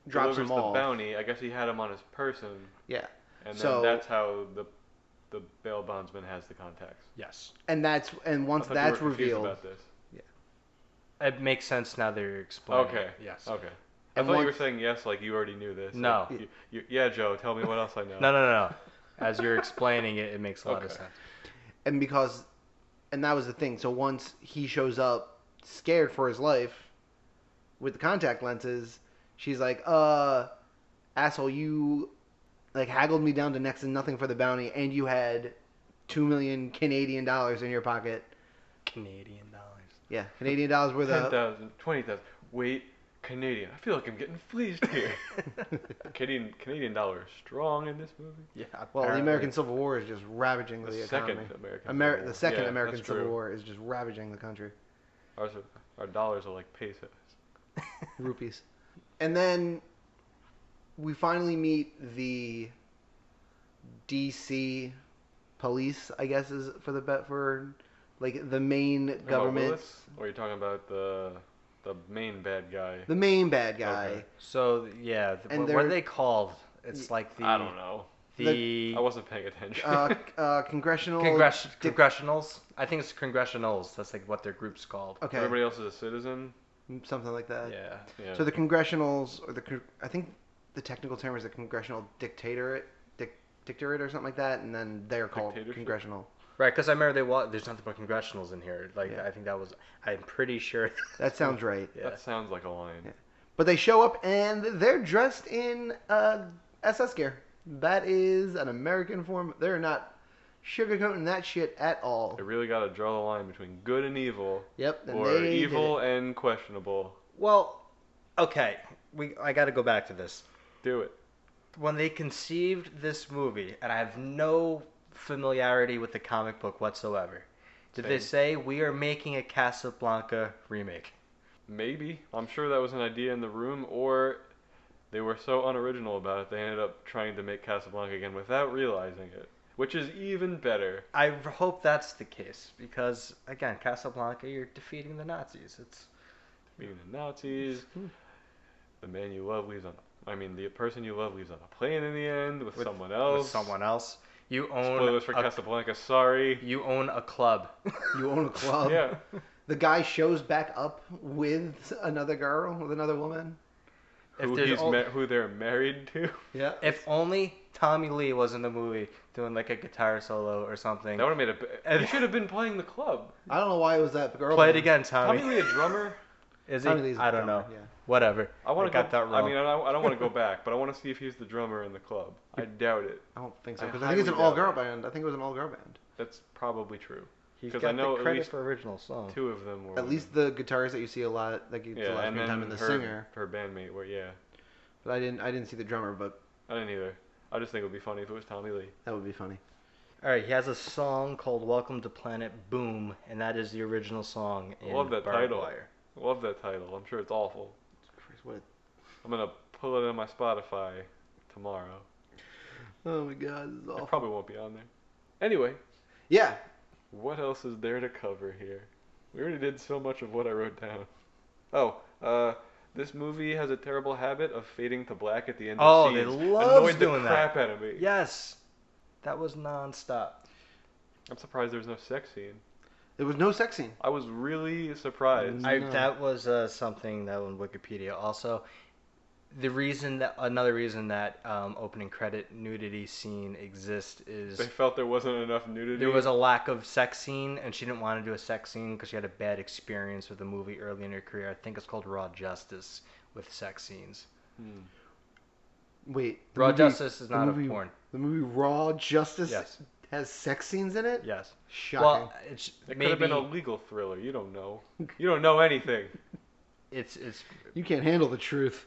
drops delivers them all. the bounty, I guess he had him on his person, Yeah, and then So- that's how the the bail bondsman has the contacts. Yes. and that's and I once thought you that's were confused revealed, About this. It makes sense now that you're explaining. it. Okay. Yes. Okay. I And thought you were once- saying yes, like you already knew this. No. Like, you- you- yeah, Joe, tell me what else I know. (laughs) No, no, no. no. As you're explaining it, it makes a lot of Okay. sense. and because and that was the thing. So once he shows up scared for his life with the contact lenses, she's like, "Uh, asshole, you like haggled me down to next to nothing for the bounty, and you had two million Canadian dollars in your pocket. Canadian dollars. (laughs) Yeah, Canadian dollars worth Ten (laughs) of thousand, twenty thousand. Wait, Canadian. I feel like I'm getting fleeced (laughs) here. Canadian Canadian dollar is strong in this movie. Yeah. well, the apparently. American Civil War is just ravaging the, The second economy. American. Civil Ameri- War. the second Yeah, American that's Civil true. War is just ravaging the country. Ours are, our dollars are like pesos. rupees. And then we finally meet the DC police, I guess is for the bet for like the main Talking about government, Willis? Or are you talking about the the main bad guy? the main bad guy. Okay. So yeah, th- what, And what they're- are they called? It's like the I don't know. the I wasn't paying attention. (laughs) Uh, uh, congressional. congress- Dic- congressionals. I think it's congressionals. That's like what their group's called. okay, Everybody else is a citizen. something like that. Yeah. Yeah. So the congressionals, or the con- I think the technical term is the congressional dictatorate, dic- dictorate or something like that, and then they're called Dictatorship? congressional. Right, because I remember they wa- there's nothing but congressionals in here. Like Yeah. I think that was. I'm pretty sure. That sounds right. (laughs) yeah. That sounds like a line. Yeah. But they show up and they're dressed in uh, SS gear. That is an American form. They're not sugarcoating that shit at all. I really got to draw the line between good and evil, Yep. And or they did evil it. and questionable. Well, okay. We I got to go back to this. Do it. When they conceived this movie, and I have no familiarity with the comic book whatsoever, did they Same. say we are making a Casablanca remake? Maybe. I'm sure that was an idea in the room, or they were so unoriginal about it they ended up trying to make Casablanca again without realizing it, which is even better. I r- hope that's the case because again, Casablanca, you're defeating the Nazis. It's Being the Nazis, the man you love leaves on. I mean, the person you love leaves on a plane in the end with, With- someone with else. someone else. You own Oh, Spoilers for a, Casablanca. Sorry. You own a club. You own a club. yeah. The guy shows back up with another girl, with another woman. Who, there's he's al- ma- who they're married to. Yeah. If only Tommy Lee was in the movie doing like a guitar solo or something. That would have made a. b- And- You should have been playing the club. I don't know why it was that girl. Play it but- again, Tommy Tommy. Lee, a drummer. Is he? Tommy Lee's a I don't drummer, know. yeah. Whatever. I want to got that wrong. I mean, I don't, I don't want to go (laughs) back, but I want to see if he's the drummer in the club. I doubt it. I don't think so. I Because I, think it's an highly doubt all girl it. band. I think it was an all girl band. That's probably true. He's 'cause got I know the at credit least for original song. Two of them were. At least the guitarist that you see a lot, like you see a yeah, lot of and screen then time in the her, singer. her bandmate. Were yeah, But I didn't. I didn't see the drummer, but I didn't either. I just think it would be funny if it was Tommy Lee. that would be funny. All right, he has a song called "Welcome to Planet Boom," and that is the original song. I in love that Barbed title. Wire. Love that title. I'm sure it's awful. Christ, what a I'm gonna pull it on my Spotify tomorrow. Oh my god, this is It awful. probably won't be on there. Anyway, Yeah, what else is there to cover here? We already did so much of what I wrote down. Oh, uh, this movie has a terrible habit of fading to black at the end Oh, of they scenes. loves Annoyed doing the that. crap out of me. Yes, that was nonstop. I'm surprised there's no sex scene. there was no sex scene. I was really surprised. I, No. that was uh, something that on Wikipedia also. The reason that another reason that um, opening credit nudity scene exists is They felt there wasn't enough nudity. there was a lack of sex scene, and she didn't want to do a sex scene because she had a bad experience with a movie early in her career. I think it's called Raw Justice with sex scenes. Hmm. Wait, the Raw movie- Justice is the not movie- a porn. The movie Raw Justice Yes. has sex scenes in it. Yes. Shocking. Well, it's It could maybe have been a legal thriller. You don't (laughs) know. You don't know anything. it's it's you can't handle the truth.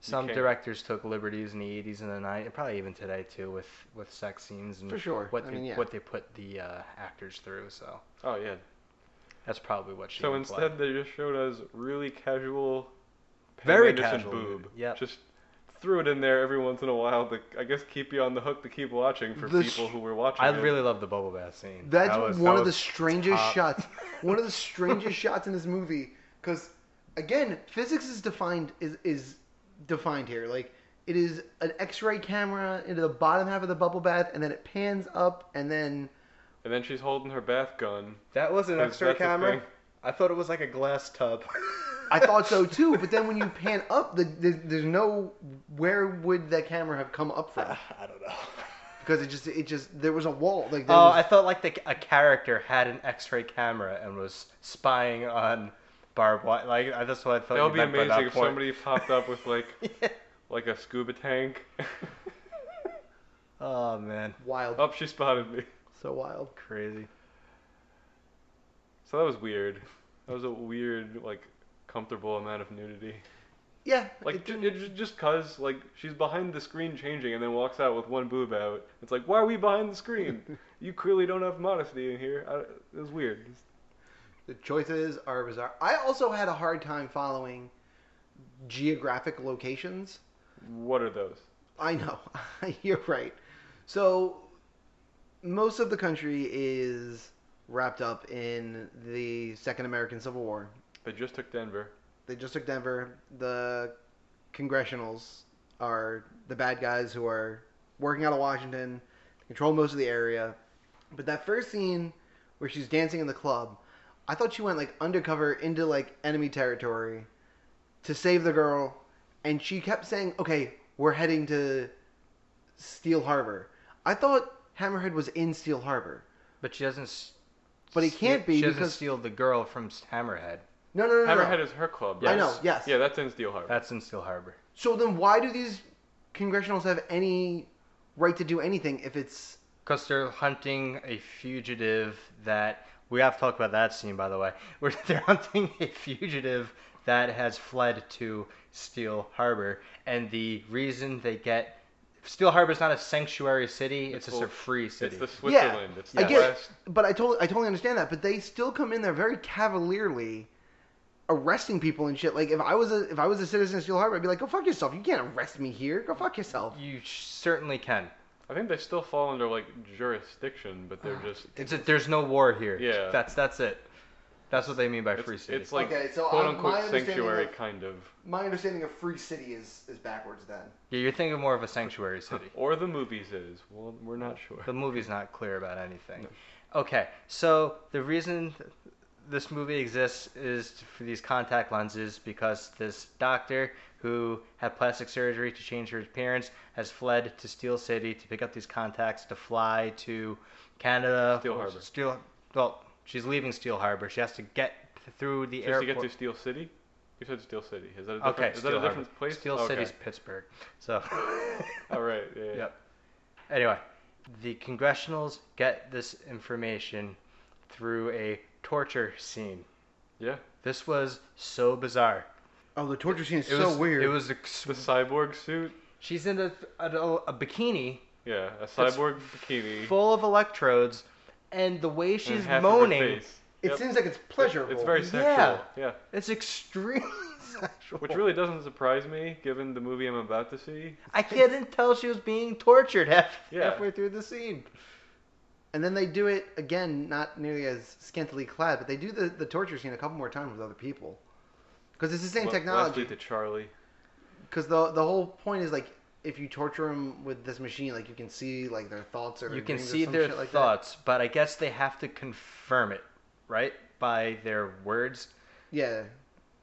some can't- directors took liberties in the 80s and the 90s, and probably even today too, with with sex scenes and For sure. what I they, mean, yeah. what they put the uh, actors through. So Oh yeah. that's probably what she. So implied. instead, they just showed us really casual, Pam Very Anderson casual boob. nudity, yep. Just threw it in there every once in a while to, I guess, keep you on the hook to keep watching for The people sh- who were watching. I it. really love the bubble bath scene. That's That was- one that of the was strangest top. (laughs) shots. One of the strangest shots in this movie because again, physics is defined is is defined here. Like it is an X-ray camera into the bottom half of the bubble bath, and then it pans up, (laughs) and then And then she's holding her bath gun. That was an That's- X-ray that's the camera. thing. I thought it was like a glass tub. I thought so too. But then when you pan up, the, the, there's no where would that camera have come up from? (laughs) I don't know. Because it just it just there was a wall. Like there Oh, I was, thought like the, a character had an X-ray camera and was spying on barbed wire. Like I- that's what I thought. That you would be meant by amazing that if point. somebody popped up with like Yeah. like a scuba tank. (laughs) (laughs) Oh man, wild, Up, she spotted me. so wild. crazy. So that was weird. That was a weird, like, comfortable amount of nudity. Yeah, Like, it ju- didn't- ju- just cause, like, she's behind the screen changing and then walks out with one boob out. It's like, why are we behind the screen? you clearly don't have modesty in here. I, it was weird. The choices are bizarre. I also had a hard time following geographic locations. What are those? I know. (laughs) You're right. So, most of the country is wrapped up in the Second American Civil War. They just took Denver. They just took Denver. The congressionals are the bad guys who are working out of Washington, control most of the area. But that first scene where she's dancing in the club, I thought she went like undercover into like enemy territory to save the girl, and she kept saying, "Okay, we're heading to Steel Harbor." I thought Hammerhead was in Steel Harbor. But she doesn't. s- But it ste- can't be She doesn't because- steal the girl from Hammerhead. No, no, no, no. Hammerhead no. is her club. I right? know, yes. Yeah, that's in Steel Harbor. That's in Steel Harbor. So then, why do these congressionals have any right to do anything if it's Because they're hunting a fugitive that. We have to talk about that scene, by the way. (laughs) Where they're hunting a fugitive that has fled to Steel Harbor. And the reason they get. Steel Harbor's not a sanctuary city, it's, It's just a full- free it's city. the Switzerland. It's the I get West. it, but I totally, I totally understand that. But they still come in there very cavalierly, arresting people and shit. Like if I was a, if I was a citizen of Steel Harbor, I'd be like, go fuck yourself. You can't arrest me here. Go fuck yourself. You certainly can. I think they still fall under, like, jurisdiction, but Ah, they're just It's a, there's no war here. Yeah. That's that's it. That's what they mean by It's- free city. It's like Okay, so quote I- my unquote understanding sanctuary of- kind of, My understanding of free city is is backwards. Then yeah, you're thinking more of a sanctuary city. or the movies is. Well, we're not sure. The movie's not clear about anything. Okay, so the reason th- this movie exists is t- for these contact lenses because this doctor who had plastic surgery to change her appearance has fled to Steel City to pick up these contacts to fly to Canada. Steel or Harbor. Steel. Well, she's leaving Steel Harbor. She has to get through the Just to get airport. to Steel City. You said Steel City. Is that a different, Okay, is Steel that a Harbor. different place? Steel okay. City's Pittsburgh. So, (laughs) All right. Yeah. yeah. Yep. anyway, the congressionals get this information through a torture scene. Yeah. This was so bizarre. oh, the torture scene is It so was, weird. It was. Ex- The cyborg suit. she's in a, a, a bikini Yeah. A That's cyborg bikini. full of electrodes, and the way and she's half of her moaning, face. it Yep. seems like it's It- pleasurable. It's very sexual. Yeah. Yeah. it's extremely (laughs) sexual. Which really doesn't surprise me, given the movie I'm about to see. I couldn't tell she was being tortured half, Yeah. halfway through the scene. And then they do it again, not nearly as scantily clad, but they do the, the torture scene a couple more times with other people. Because it's the same Le- technology. Leslie to Charlie. Because the the whole point is like if you torture them with this machine, like you can see like their thoughts or you their can dreams or see some their shit like that. thoughts, but I guess they have to confirm it, right, by their words. Yeah,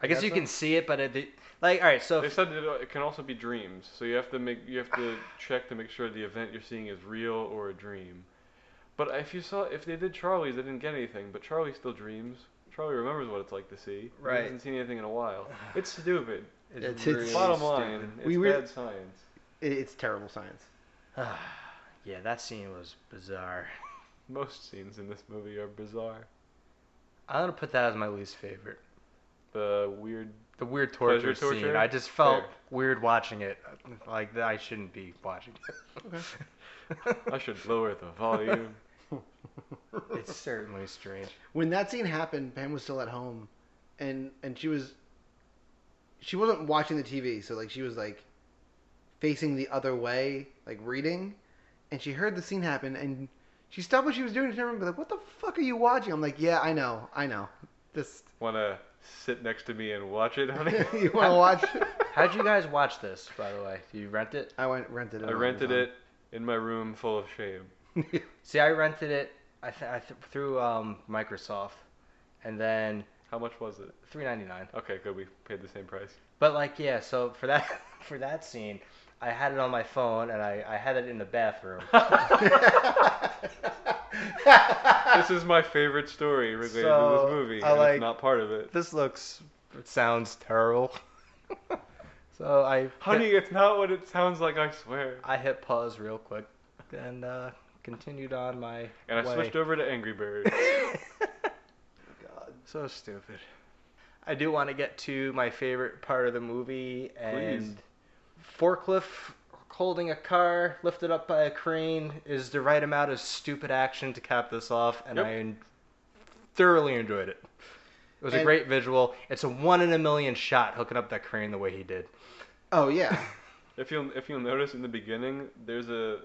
I guess Guess you so. can see it, but it, it- like, all right, so They said that it can also be dreams, so you have to make you have to check to make sure the event you're seeing is real or a dream. But if you saw if they did Charlie's, they didn't get anything. But Charlie still dreams. Charlie remembers what it's like to see. Right. He hasn't seen anything in a (sighs) while. It's stupid. It's- really it's- Bottom stupid. line, it's We were- bad science. (laughs) it, it's terrible science. (sighs) Yeah, that scene was bizarre. Most scenes in this movie are bizarre. I'm gonna put that as my least favorite. The weird. The weird Pleasure torture, scene. torture? I just felt Fair. weird watching it. Like that I shouldn't be watching. it. (laughs) I should lower the (laughs) volume. It's certainly strange. when that scene happened, Pam was still at home, and and she was. She wasn't watching the TV, so like she was like, facing the other way, like reading, and she heard the scene happen, and she stopped what she was doing to turn around and be like, "What the fuck are you watching?" I'm like, "Yeah, I know, I know. This Wanna sit next to me and watch it, honey? (laughs) you want to watch?" (laughs) (laughs) How'd you guys watch this, by the way? Do you rent it? I went rented it. I on (laughs) rented Amazon. it in my room full of shame. See, I rented it. I, th- I th- through um, Microsoft, and then How much was it? three ninety nine. Okay, good. We paid the same price. But like, yeah. So for that (laughs) for that scene, I had it on my phone, and I, I had it in the bathroom. (laughs) This is my favorite story related to Ah. So, this movie, I and like- it's not part of it. this looks it sounds terrible. (laughs) so I Honey, it's not what it sounds like, I swear. I hit pause real quick, and uh, continued on my And I way. switched over to Angry (laughs) Birds. God. So stupid. I do want to get to my favorite part of the movie and forklift holding a car lifted up by a crane is the right amount of stupid action to cap this off, and Yep. I en- thoroughly enjoyed it. It was a And- great visual. It's a one in a million shot hooking up that crane the way he did. Oh yeah. If you'll if you'll notice in the beginning, there's a,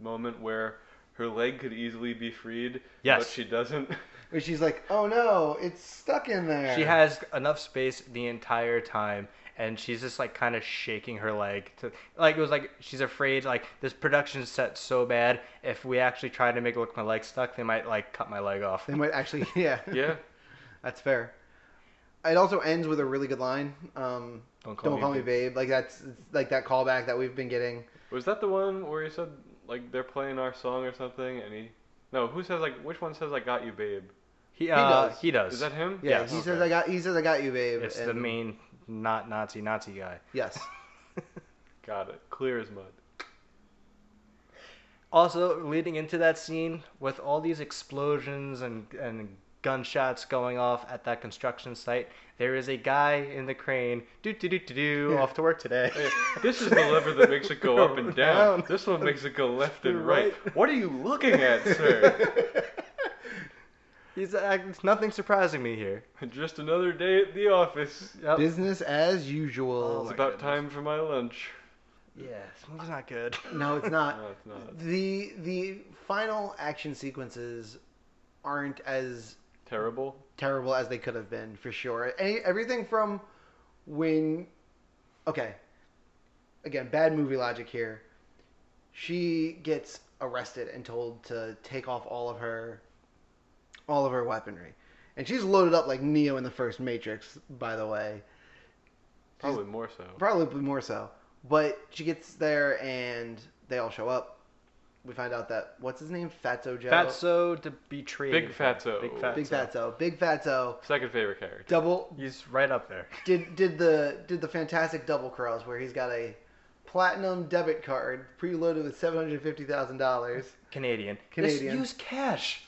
a moment where her leg could easily be freed, but Yes. she doesn't. (laughs) Where she's like, "Oh no, it's stuck in there." She has enough space the entire time, and she's just like kind of shaking her leg. To like it was like she's afraid like this production set so bad. If we actually try to make it look my leg stuck, they might like cut my leg off. They might actually, (laughs) yeah. Yeah, That's fair. It also ends with a really good line. Um, Don't Don't call me babe. Like that's it's like that callback that we've been getting. was that the one where he said like they're playing our song or something, and he no, who says like which one says I got you, babe? He, uh, does. he does. Is that him? Yeah, Yes. he says I got. He says I got you, babe. It's the and- main not Nazi Nazi guy. (laughs) Yes. Got it. Clear as mud. Also, leading into that scene with all these explosions and and gunshots going off at that construction site, there is a guy in the crane, do do do do do, Yeah. off to work today. Hey, this is the lever that makes it go up and down. This one makes it go left and right. What are you looking (laughs) at, sir? He's uh, it's nothing surprising me here. Just another day at the office. Yep. (laughs) Business as Oh usual. It's my about goodness. time for my lunch. yeah, this movie's not good. (laughs) no, it's Uh, not. No, it's not. The the final action sequences aren't as Terrible. terrible as they could have been for sure. Any, everything from when, okay, again, bad movie logic here. She gets arrested and told to take off all of her, all of her weaponry, and she's loaded up like Neo in the first Matrix. By the way, Probably more so. probably more so. But she gets there and they all show up. We find out that what's his name, Fatso Joe, Fatso to betray. Big Fatso. Big Fatso. Big Fatso, Big Fatso, Second favorite character. double He's right up there. did did the did the fantastic double curls where he's got a platinum debit card preloaded with seven hundred fifty thousand dollars. Canadian. Canadian. Just use cash.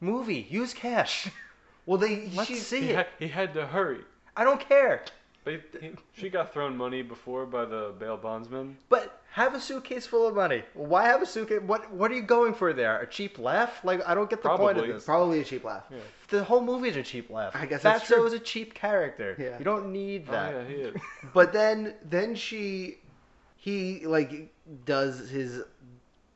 Movie. Use cash. (laughs) Well, they Let's she, see He it. had, he had to hurry. I don't care. They, he, she got thrown money before by the bail bondsman. But have a suitcase full of money. Why have a suitcase? What What are you going for there? A cheap laugh? Like I don't get the point Probably. of this. probably a cheap laugh. Yeah. The whole movie is a cheap laugh. I guess Fatso that's true. is a cheap character. Yeah. You don't need that. Oh, yeah, he is. But then then she he like does his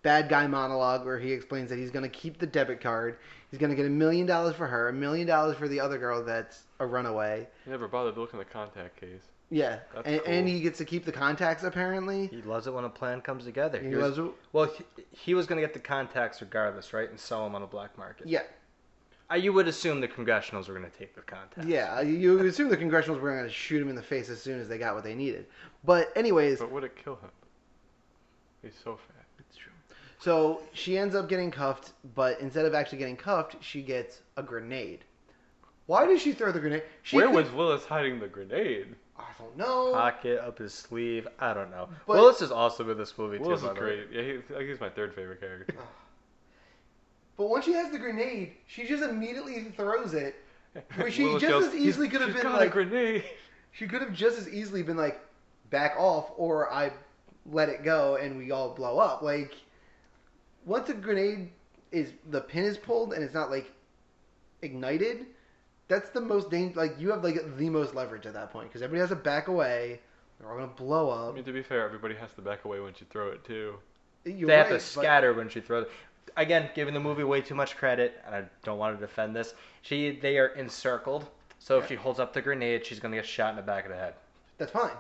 bad guy monologue where he explains that he's going to keep the debit card. He's going to get a million dollars for her, a million dollars for the other girl that's a runaway. He never bothered to look in the contact case. Yeah, That's and, and cool. he gets to keep the contacts apparently. (laughs) He loves it when a plan comes together. He Here's- loves it- Well, he, he was going to get the contacts regardless, right, and sell them on the black market. Yeah, I, you would assume the congressionals were going to take the contacts. Yeah, uh, you would assume the congressionals were going to shoot him in the face as soon as they got what they needed. But anyways, But would it kill him? He's so fat. It's true. so she ends up getting cuffed, but instead of actually getting cuffed, she gets a grenade. Why did she throw the grenade? She Where could- was Willis hiding the grenade? I don't know. Pocket up his sleeve. I don't know. But- Willis is awesome in this movie Willis too. is by the way. great. Yeah, he, I think he's my third favorite character. But once she has the grenade, she just immediately throws it. But she Willis just yells, as easily "He's- could have she's been got a like- grenade. She could have just as easily been like, "Back off," or "I let it go," and we all blow up. Like, once a grenade is the pin is pulled and it's not like ignited, that's the most danger. Like, you have like the most leverage at that point because everybody has to back away. They're all gonna blow I up. mean, to be fair, everybody has to back away when you throw it too. You're they have right, to but- scatter when she throws. Again, giving the movie way too much credit, and I don't want to defend this. She, they are encircled, so if she holds up the grenade, she's gonna get shot in the back of the head. That's fine.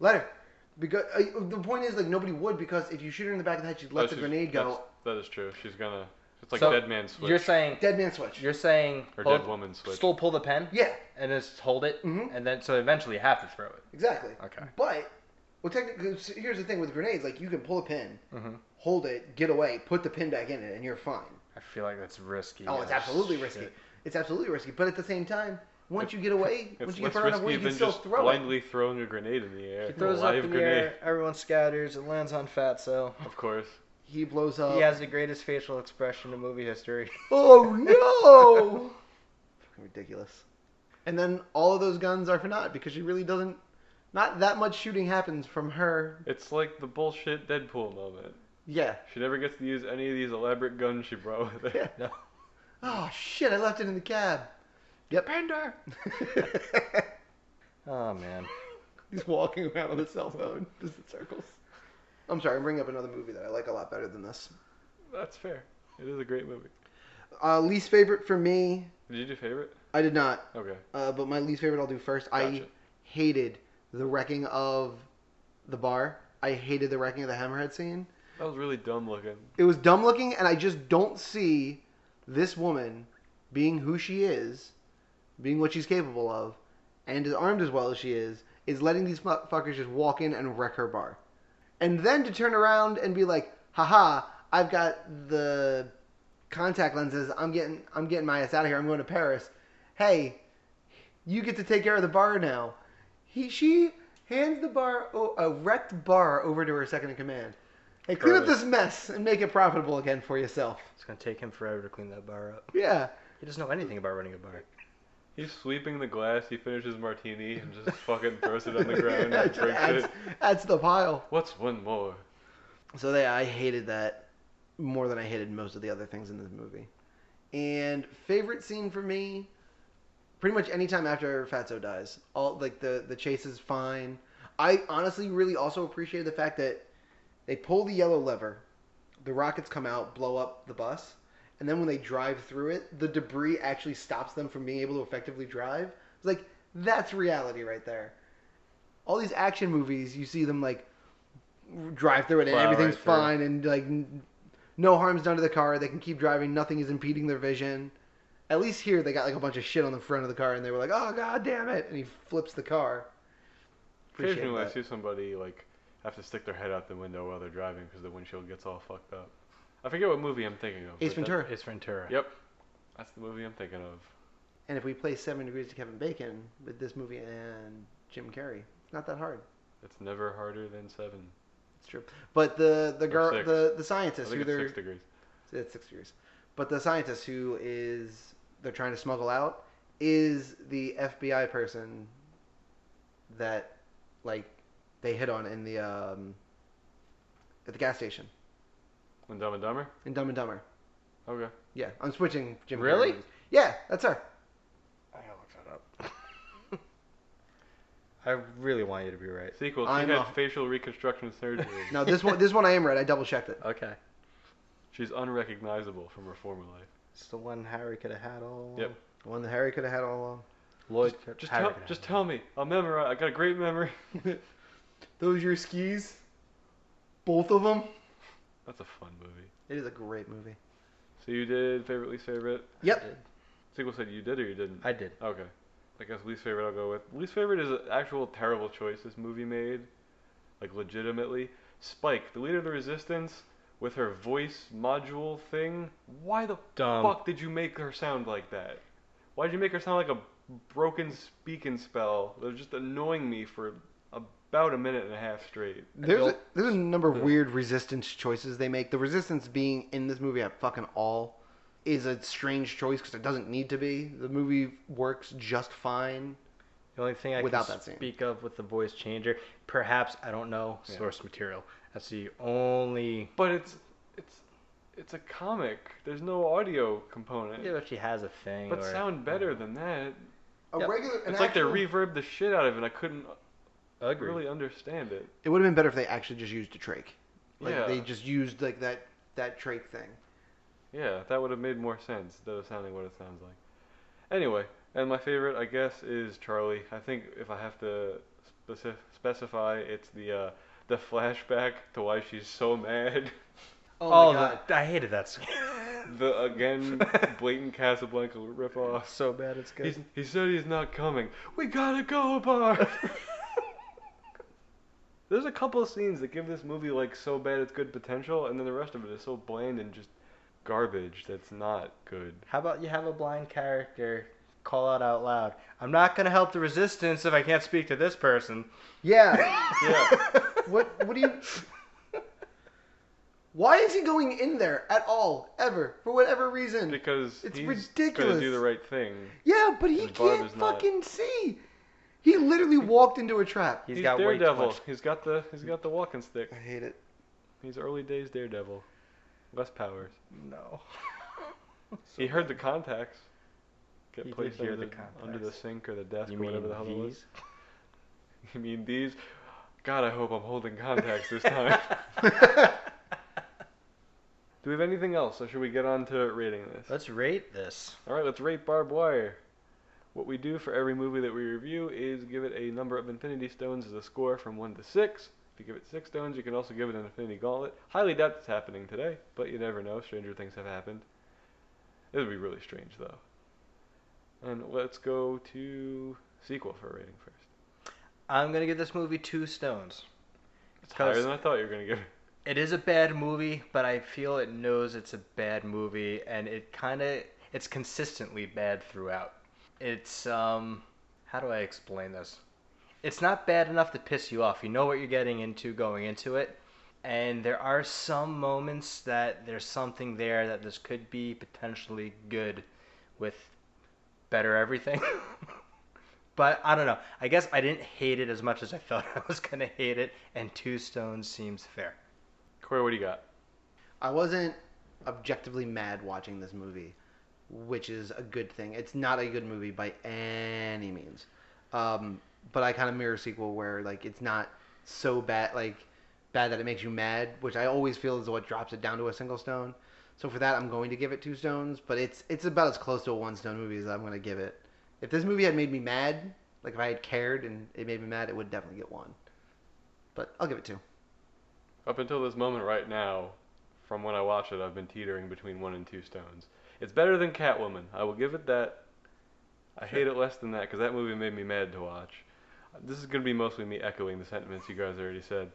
Let her. Because uh, the point is, like, nobody would because if you shoot her in the back of the head, she'd let Oh, the she's- grenade go. that's- That is true. She's gonna. It's like So, dead man switch. You're saying, Dead man switch. you're saying, or hold- dead woman switch. still pull the pen, Yeah, and just hold it, Mhm. and then so eventually you have to throw it. exactly. Okay. But well, technically, so here's the thing with grenades: like, you can pull a pin, Mm-hmm. Mhm. hold it, get away, put the pin back in it, and you're fine. I feel like that's risky. Oh, as it's absolutely risky. shit. It's absolutely risky. But at the same time, once you get away, (laughs) once It's you less get far enough risky away, you can than still just throw blindly throwing a grenade in the air. He throws a up live in the grenade, air. Everyone scatters. It lands on Fatso. of course. it. He blows up. he (laughs) has the greatest facial expression in movie history. Oh no! Fucking ridiculous. And then all of those guns are for naught because she really doesn't. Not that much shooting happens from her. It's like the bullshit Deadpool moment. Yeah. She never gets to use any of these elaborate guns she brought with her. Yeah. Oh shit! I left it in the cab. Yep. (laughs) Pender. Oh man. He's walking around with a cell phone, just in circles. I'm sorry. I'm bringing up another movie that I like a lot better than this. That's fair. It is a great movie. Uh, least favorite for me, Did you do favorite? I did not. Okay. Uh, but my least favorite, I'll do first. I Gotcha. hated the wrecking of the bar. I hated the wrecking of the hammerhead scene. That was really dumb looking. It was dumb looking, and I just don't see this woman being who she is, being what she's capable of, and as armed as well as she is, is letting these fuckers just walk in and wreck her bar. And then to turn around and be like, haha, I've got the contact lenses, I'm getting I'm getting my ass out of here, I'm going to Paris. Hey, you get to take care of the bar now. He she hands the bar oh, a wrecked bar over to her second in command. Hey, clean up Correct. this mess and make it profitable again for yourself. It's gonna take him forever to clean that bar up. Yeah. He doesn't know anything about running a bar. He's sweeping the glass. He finishes martini and (laughs) just fucking throws it on the ground Yeah, and just breaks adds, it. adds to the pile. What's one more? So they, I hated that more than I hated most of the other things in this movie. And favorite scene for me, pretty much any time after Fatso dies, all like the the chase is fine. I honestly really also appreciated the fact that they pull the yellow lever, the rockets come out, blow up the bus, and then when they drive through it, the debris actually stops them from being able to effectively drive. It's like that's reality right there. All these action movies, you see them like drive through it and Plow everything's right through. fine and like n- no harm's done to the car. They can keep driving, nothing is impeding their vision. At least here they got like a bunch of shit on the front of the car and they were like, "Oh god damn it." And he flips the car. Appreciate Occasionally, I that. see somebody like have to stick their head out the window while they're driving because the windshield gets all fucked up. I forget what movie I'm thinking of. but Ace that- Ventura. It's Ventura. yep, that's the movie I'm thinking of. And if we play Seven Degrees to Kevin Bacon with this movie and Jim Carrey, it's not that hard. It's never harder than seven. It's true. But the the Or girl, six. the the I scientist think who it's they're six degrees. it's six years, but the scientist who is they're trying to smuggle out is the FBI person that like they hit on in the um at the gas station And Dumb and Dumber. in Dumb and Dumber. Okay. Yeah, I'm switching Jim. Carrey Really? movies. Yeah, that's her. I gotta look that up. (laughs) I really want you to be right. Sequel. She I'm had a- facial reconstruction surgery. (laughs) No, this one this one I am right. I double checked it. Okay. She's unrecognizable from her former life. It's the one Harry could have had all. Yep. The one that Harry could have had all along. Lloyd. could- Just Harry tell, could have just had tell me. I'll memorize. I got a great memory. (laughs) Those your skis? Both of them? That's a fun movie. It is a great movie. So you did favorite least favorite. all. Yep. I did. Sequel said you did or you didn't. I did. Okay. I guess least favorite I'll go with. Least favorite is an actual terrible choice this movie made. Like, legitimately. Spike, the leader of the resistance, with her voice module thing. Why the Dumb. fuck did you make her sound like that? Why'd you make her sound like a broken speaking spell? They're just annoying me for about a minute and a half straight. There's a, Adult- there's a number of Yeah. weird resistance choices they make. The resistance being in this movie at fucking all is a strange choice because it doesn't need to be. The movie works just fine. The only thing I Without can that scene. speak of with the voice changer, perhaps I don't know Yeah. source material. That's the only. But it's it's it's a comic. There's no audio component. Yeah, if she has a thing. but or- sound better than that. A Yeah. regular. an It's like they actual- reverbed the shit out of it. and I couldn't Agree. really understand it. It would have been better if they actually just used a trach. Like yeah, they just used like that that trach thing. yeah, that would have made more sense instead of sounding what it sounds like. Anyway, and my favorite, I guess, is Charlie. I think if I have to specif- specify, it's the uh, the flashback to why she's so mad. (laughs) Oh, All my god. of the, I hated that (laughs) scene. The (laughs) again blatant Casablanca ripoff. Oh, so bad it's good. He's, he said he's not coming. We gotta go, (laughs) Bart. There's a couple of scenes that give this movie like so bad it's good potential, and then the rest of it is so bland and just garbage that's not good. How about you have a blind character call out out loud? I'm not going to help the resistance if I can't speak to this person. (laughs) Yeah. Yeah. What- what do you- Why is he going in there at all ever for whatever reason? Because It's he's ridiculous. gonna do the right thing. Yeah, but he His barb can't is not- fucking see. He literally walked into a trap. He's he's got way too Daredevil. much- He's got the he's got the walking stick. I hate it. He's early days Daredevil. Less powers. (laughs) No. he heard the contacts. Get He did placed hear under the, the contacts. under the sink or the desk You or whatever mean the hell it was. these? (laughs) You mean these? God, I hope I'm holding contacts this (laughs) time. Do we have anything else, or should we get on to rating this? Let's rate this. All right, let's rate Barbed Wire. What we do for every movie that we review is give it a number of Infinity Stones as a score from 1 to 6. If you give it 6 stones, you can also give it an Infinity Gauntlet. Highly doubt that's happening today, but you never know. Stranger things have happened. It would be really strange, though. And let's go to sequel for a rating first. I'm going to give this movie two stones. It's higher Because- than I thought you were going to give it. it is a bad movie, but I feel it knows it's a bad movie, and it kind of it's consistently bad throughout. It's um, how do I explain this? It's not bad enough to piss you off. You know what you're getting into going into it, and there are some moments that there's something there that this could be potentially good with better everything. (laughs) but I don't know. I guess I didn't hate it as much as I thought (laughs) I was gonna hate it, and Two Stones seems fair. Corey, what do you got? I wasn't objectively mad watching this movie, which is a good thing. It's not a good movie by any means. Um, but I kind of mirror sequel where like it's not so bad like bad that it makes you mad, which I always feel is what drops it down to a single stone. So for that, I'm going to give it two stones, but it's it's about as close to a one stone movie as I'm going to give it. If this movie had made me mad, like if I had cared and it made me mad, it would definitely get one. But I'll give it two. Up until this moment right now, from when I watched it, I've been teetering between one and two stones. It's better than Catwoman. I will give it that. I hate it less than that because that movie made me mad to watch. This is going to be mostly me echoing the sentiments you guys already said.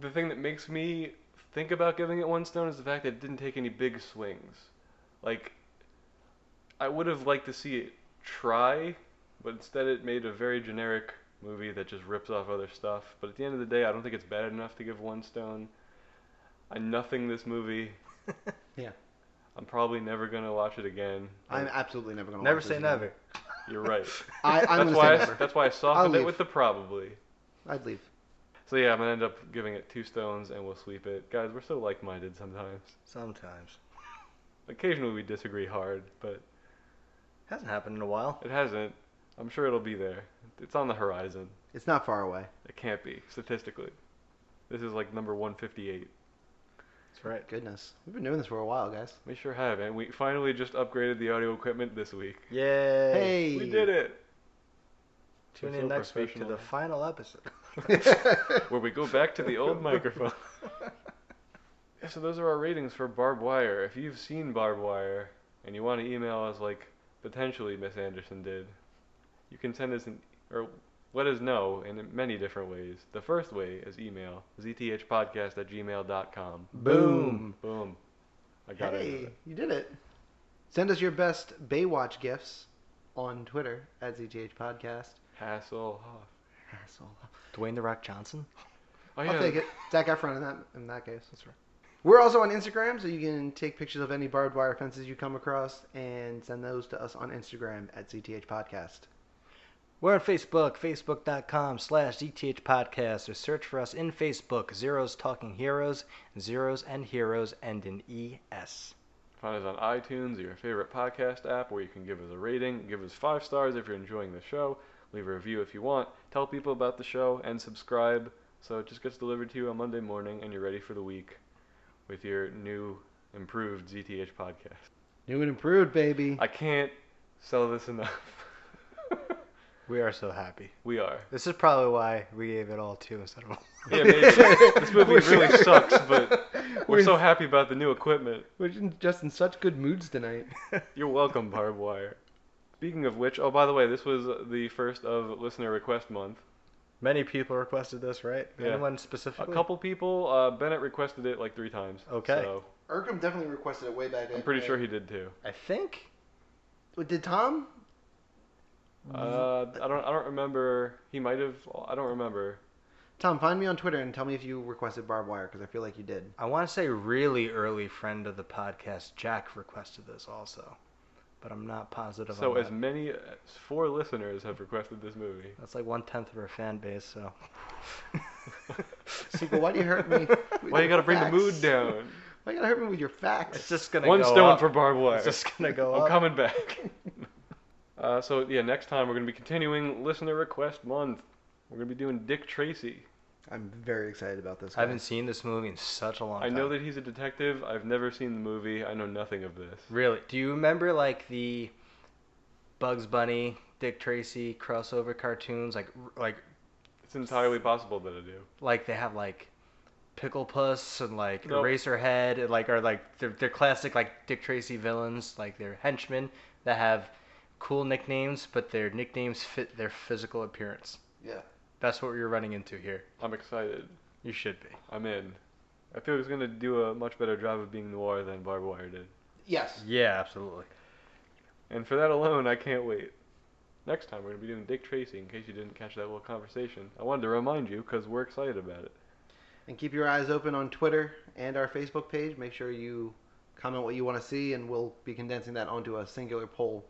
The thing that makes me think about giving it one stone is the fact that it didn't take any big swings. Like, I would have liked to see it try, but instead it made a very generic movie that just rips off other stuff. But at the end of the day, I don't think it's bad enough to give one stone. I nothing this movie. Yeah. I'm probably never gonna watch it again. I'm (laughs) absolutely never going to Never say never. You're (laughs) right. I, I'm that's going to why. say I, never. (laughs) that's why I I'll softened it leave. with the probably. I'd leave. So yeah, I'm gonna end up giving it two stones, and we'll sweep it. Guys, we're so like-minded sometimes. Sometimes. Occasionally we disagree hard, but Hasn't happened in a while. it hasn't. I'm sure it'll be there. It's on the horizon. It's not far away. It can't be statistically. This is like number 158. That's right. Goodness. We've been doing this for a while, guys. We sure have, and we finally just upgraded the audio equipment this week. Yay! Hey. We did it. Tune We're in so next week to professional. the final (laughs) episode. Where we go back to the (laughs) old microphone. (laughs) Yeah, So those are our ratings for Barbed Wire. If you've seen Barbed Wire and you want to email us like potentially Miss Anderson did, you can send us an or let us know in many different ways. The first way is email zthpodcast at gmail.com. Boom. Boom. I got it. Hey, you did it. Send us your best Baywatch gifts on Twitter at ZTH Podcast. Hassle. Asshole. (laughs) Dwayne the Rock Johnson. Oh, I'll take it. Zach Efron in that in that case. That's right. We're also on Instagram, so you can take pictures of any barbed wire fences you come across and send those to us on Instagram at ZTH Podcast. We're on Facebook, facebook.com slash DTH Podcast, or search for us in Facebook, Zeros Talking Heroes, Zeros and Heroes, and in E ES. Find us on iTunes or your favorite podcast app where you can give us a rating. Give us five stars if you're enjoying the show. Leave a review if you want. Tell people about the show and subscribe so it just gets delivered to you on Monday morning and you're ready for the week with your new, improved ZTH podcast. New and improved, baby. I can't sell this enough. (laughs) We are so happy. we are. This is probably why we gave it all two instead of one. Yeah, maybe. this movie really sucks, but we're so happy about the new equipment. we're just in such good moods tonight. (laughs) You're welcome, Barbed Wire. Speaking of which, oh, by the way, this was the first of Listener Request Month. Many people requested this, right? Yeah. Anyone A specifically? couple people, uh, Bennett requested it like three times. Okay. So Urkham definitely requested it way back. I'm pretty sure he did too. I think. he did. Tom? Mm-hmm. Uh, I don't. I don't remember. He might have. I don't remember. Tom, find me on Twitter and tell me if you requested barbed wire because I feel like you did. I want to say really early friend of the podcast, Jack, requested this also, but I'm not positive So on as that. many as four listeners have requested this movie. That's like one tenth of our fan base, (laughs) so. Sequel, why do you hurt me? Why you gotta bring the Facts. mood (laughs) down? Why you gotta hurt me with your facts? It's just gonna One go stone up. for barbed wire. It's just gonna go I'm up. coming back. (laughs) uh, so yeah, next time we're gonna be continuing listener request month. We're gonna be doing Dick Tracy. I'm very excited about this. I guy. haven't seen this movie in such a long I time. know that he's a detective. I've never seen the movie. I know nothing of this. Really? Do you remember like the Bugs Bunny, Dick Tracy crossover cartoons? Like like It's entirely possible that I do. like they have like Pickle Puss and like Nope. Eraserhead and like are like they're, they're classic like Dick Tracy villains. Like they're henchmen that have cool nicknames, but their nicknames fit their physical appearance. Yeah. That's what you're running into here. I'm excited. You should be. I'm in. I feel he's gonna do a much better job of being noir than Barbed Wire did. Yes. Yeah, absolutely. And for that alone, I can't wait. Next time, we're going to be doing Dick Tracy in case you didn't catch that little conversation. I wanted to remind you because we're excited about it. And keep your eyes open on Twitter and our Facebook page. Make sure you comment what you want to see, and we'll be condensing that onto a singular poll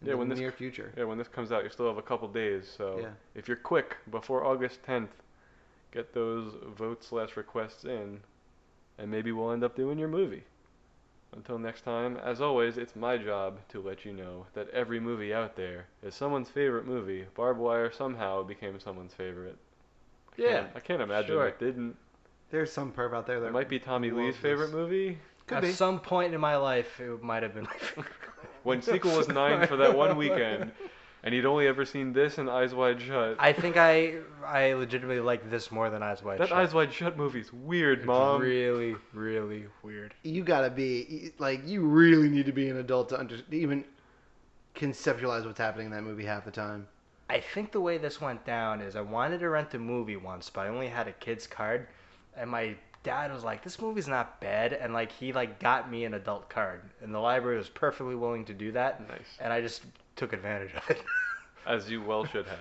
in Yeah, the when this- near future. Yeah, when this comes out, you still have a couple days, so Yeah. if you're quick before August 10th, get those votes slash requests in, and maybe we'll end up doing your movie. Until next time, as always, it's my job to let you know that every movie out there is someone's favorite movie. Barbed Wire somehow became someone's favorite. I Yeah, can't- I can't imagine sure. it didn't. There's some perv out there that It might be Tommy loves Lee's this. favorite (laughs) movie. Could At be. some point in my life, it might have been my (laughs) favorite. when sequel was nine for that one (laughs) weekend, and he'd only ever seen this and Eyes Wide Shut. I think I I legitimately like this more than Eyes Wide that Shut. Eyes Wide Shut movie's weird, It's mom. really, really weird. You gotta be e, like you really need to be an adult to under, to even conceptualize what's happening in that movie half the time. I think the way this went down is I wanted to rent the movie once, but I only had a kid's card, and my dad was like, "This movie's not bad," and like he like got me an adult card, and the library was perfectly willing to do that, Nice, and I just took advantage of it. (laughs) as you well should (laughs) have.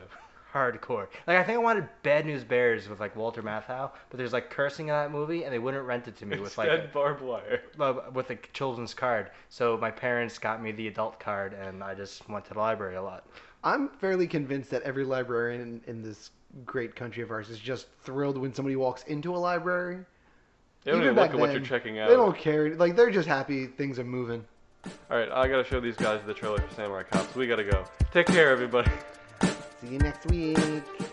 Hardcore. Like I think I wanted Bad News Bears with like Walter Matthau, but there's like cursing in that movie, and they wouldn't rent it to me with like Instead, barbed wire. uh, with a children's card. So my parents got me the adult card, and I just went to the library a lot. I'm fairly convinced that every librarian in, in this great country of ours is just thrilled when somebody walks into a library. They don't Even even look back at what then, you're checking out. They don't care. Like they're just happy things are moving. All right, I gotta show these guys the trailer for Samurai Cops. We gotta go. Take care, everybody. See you next week.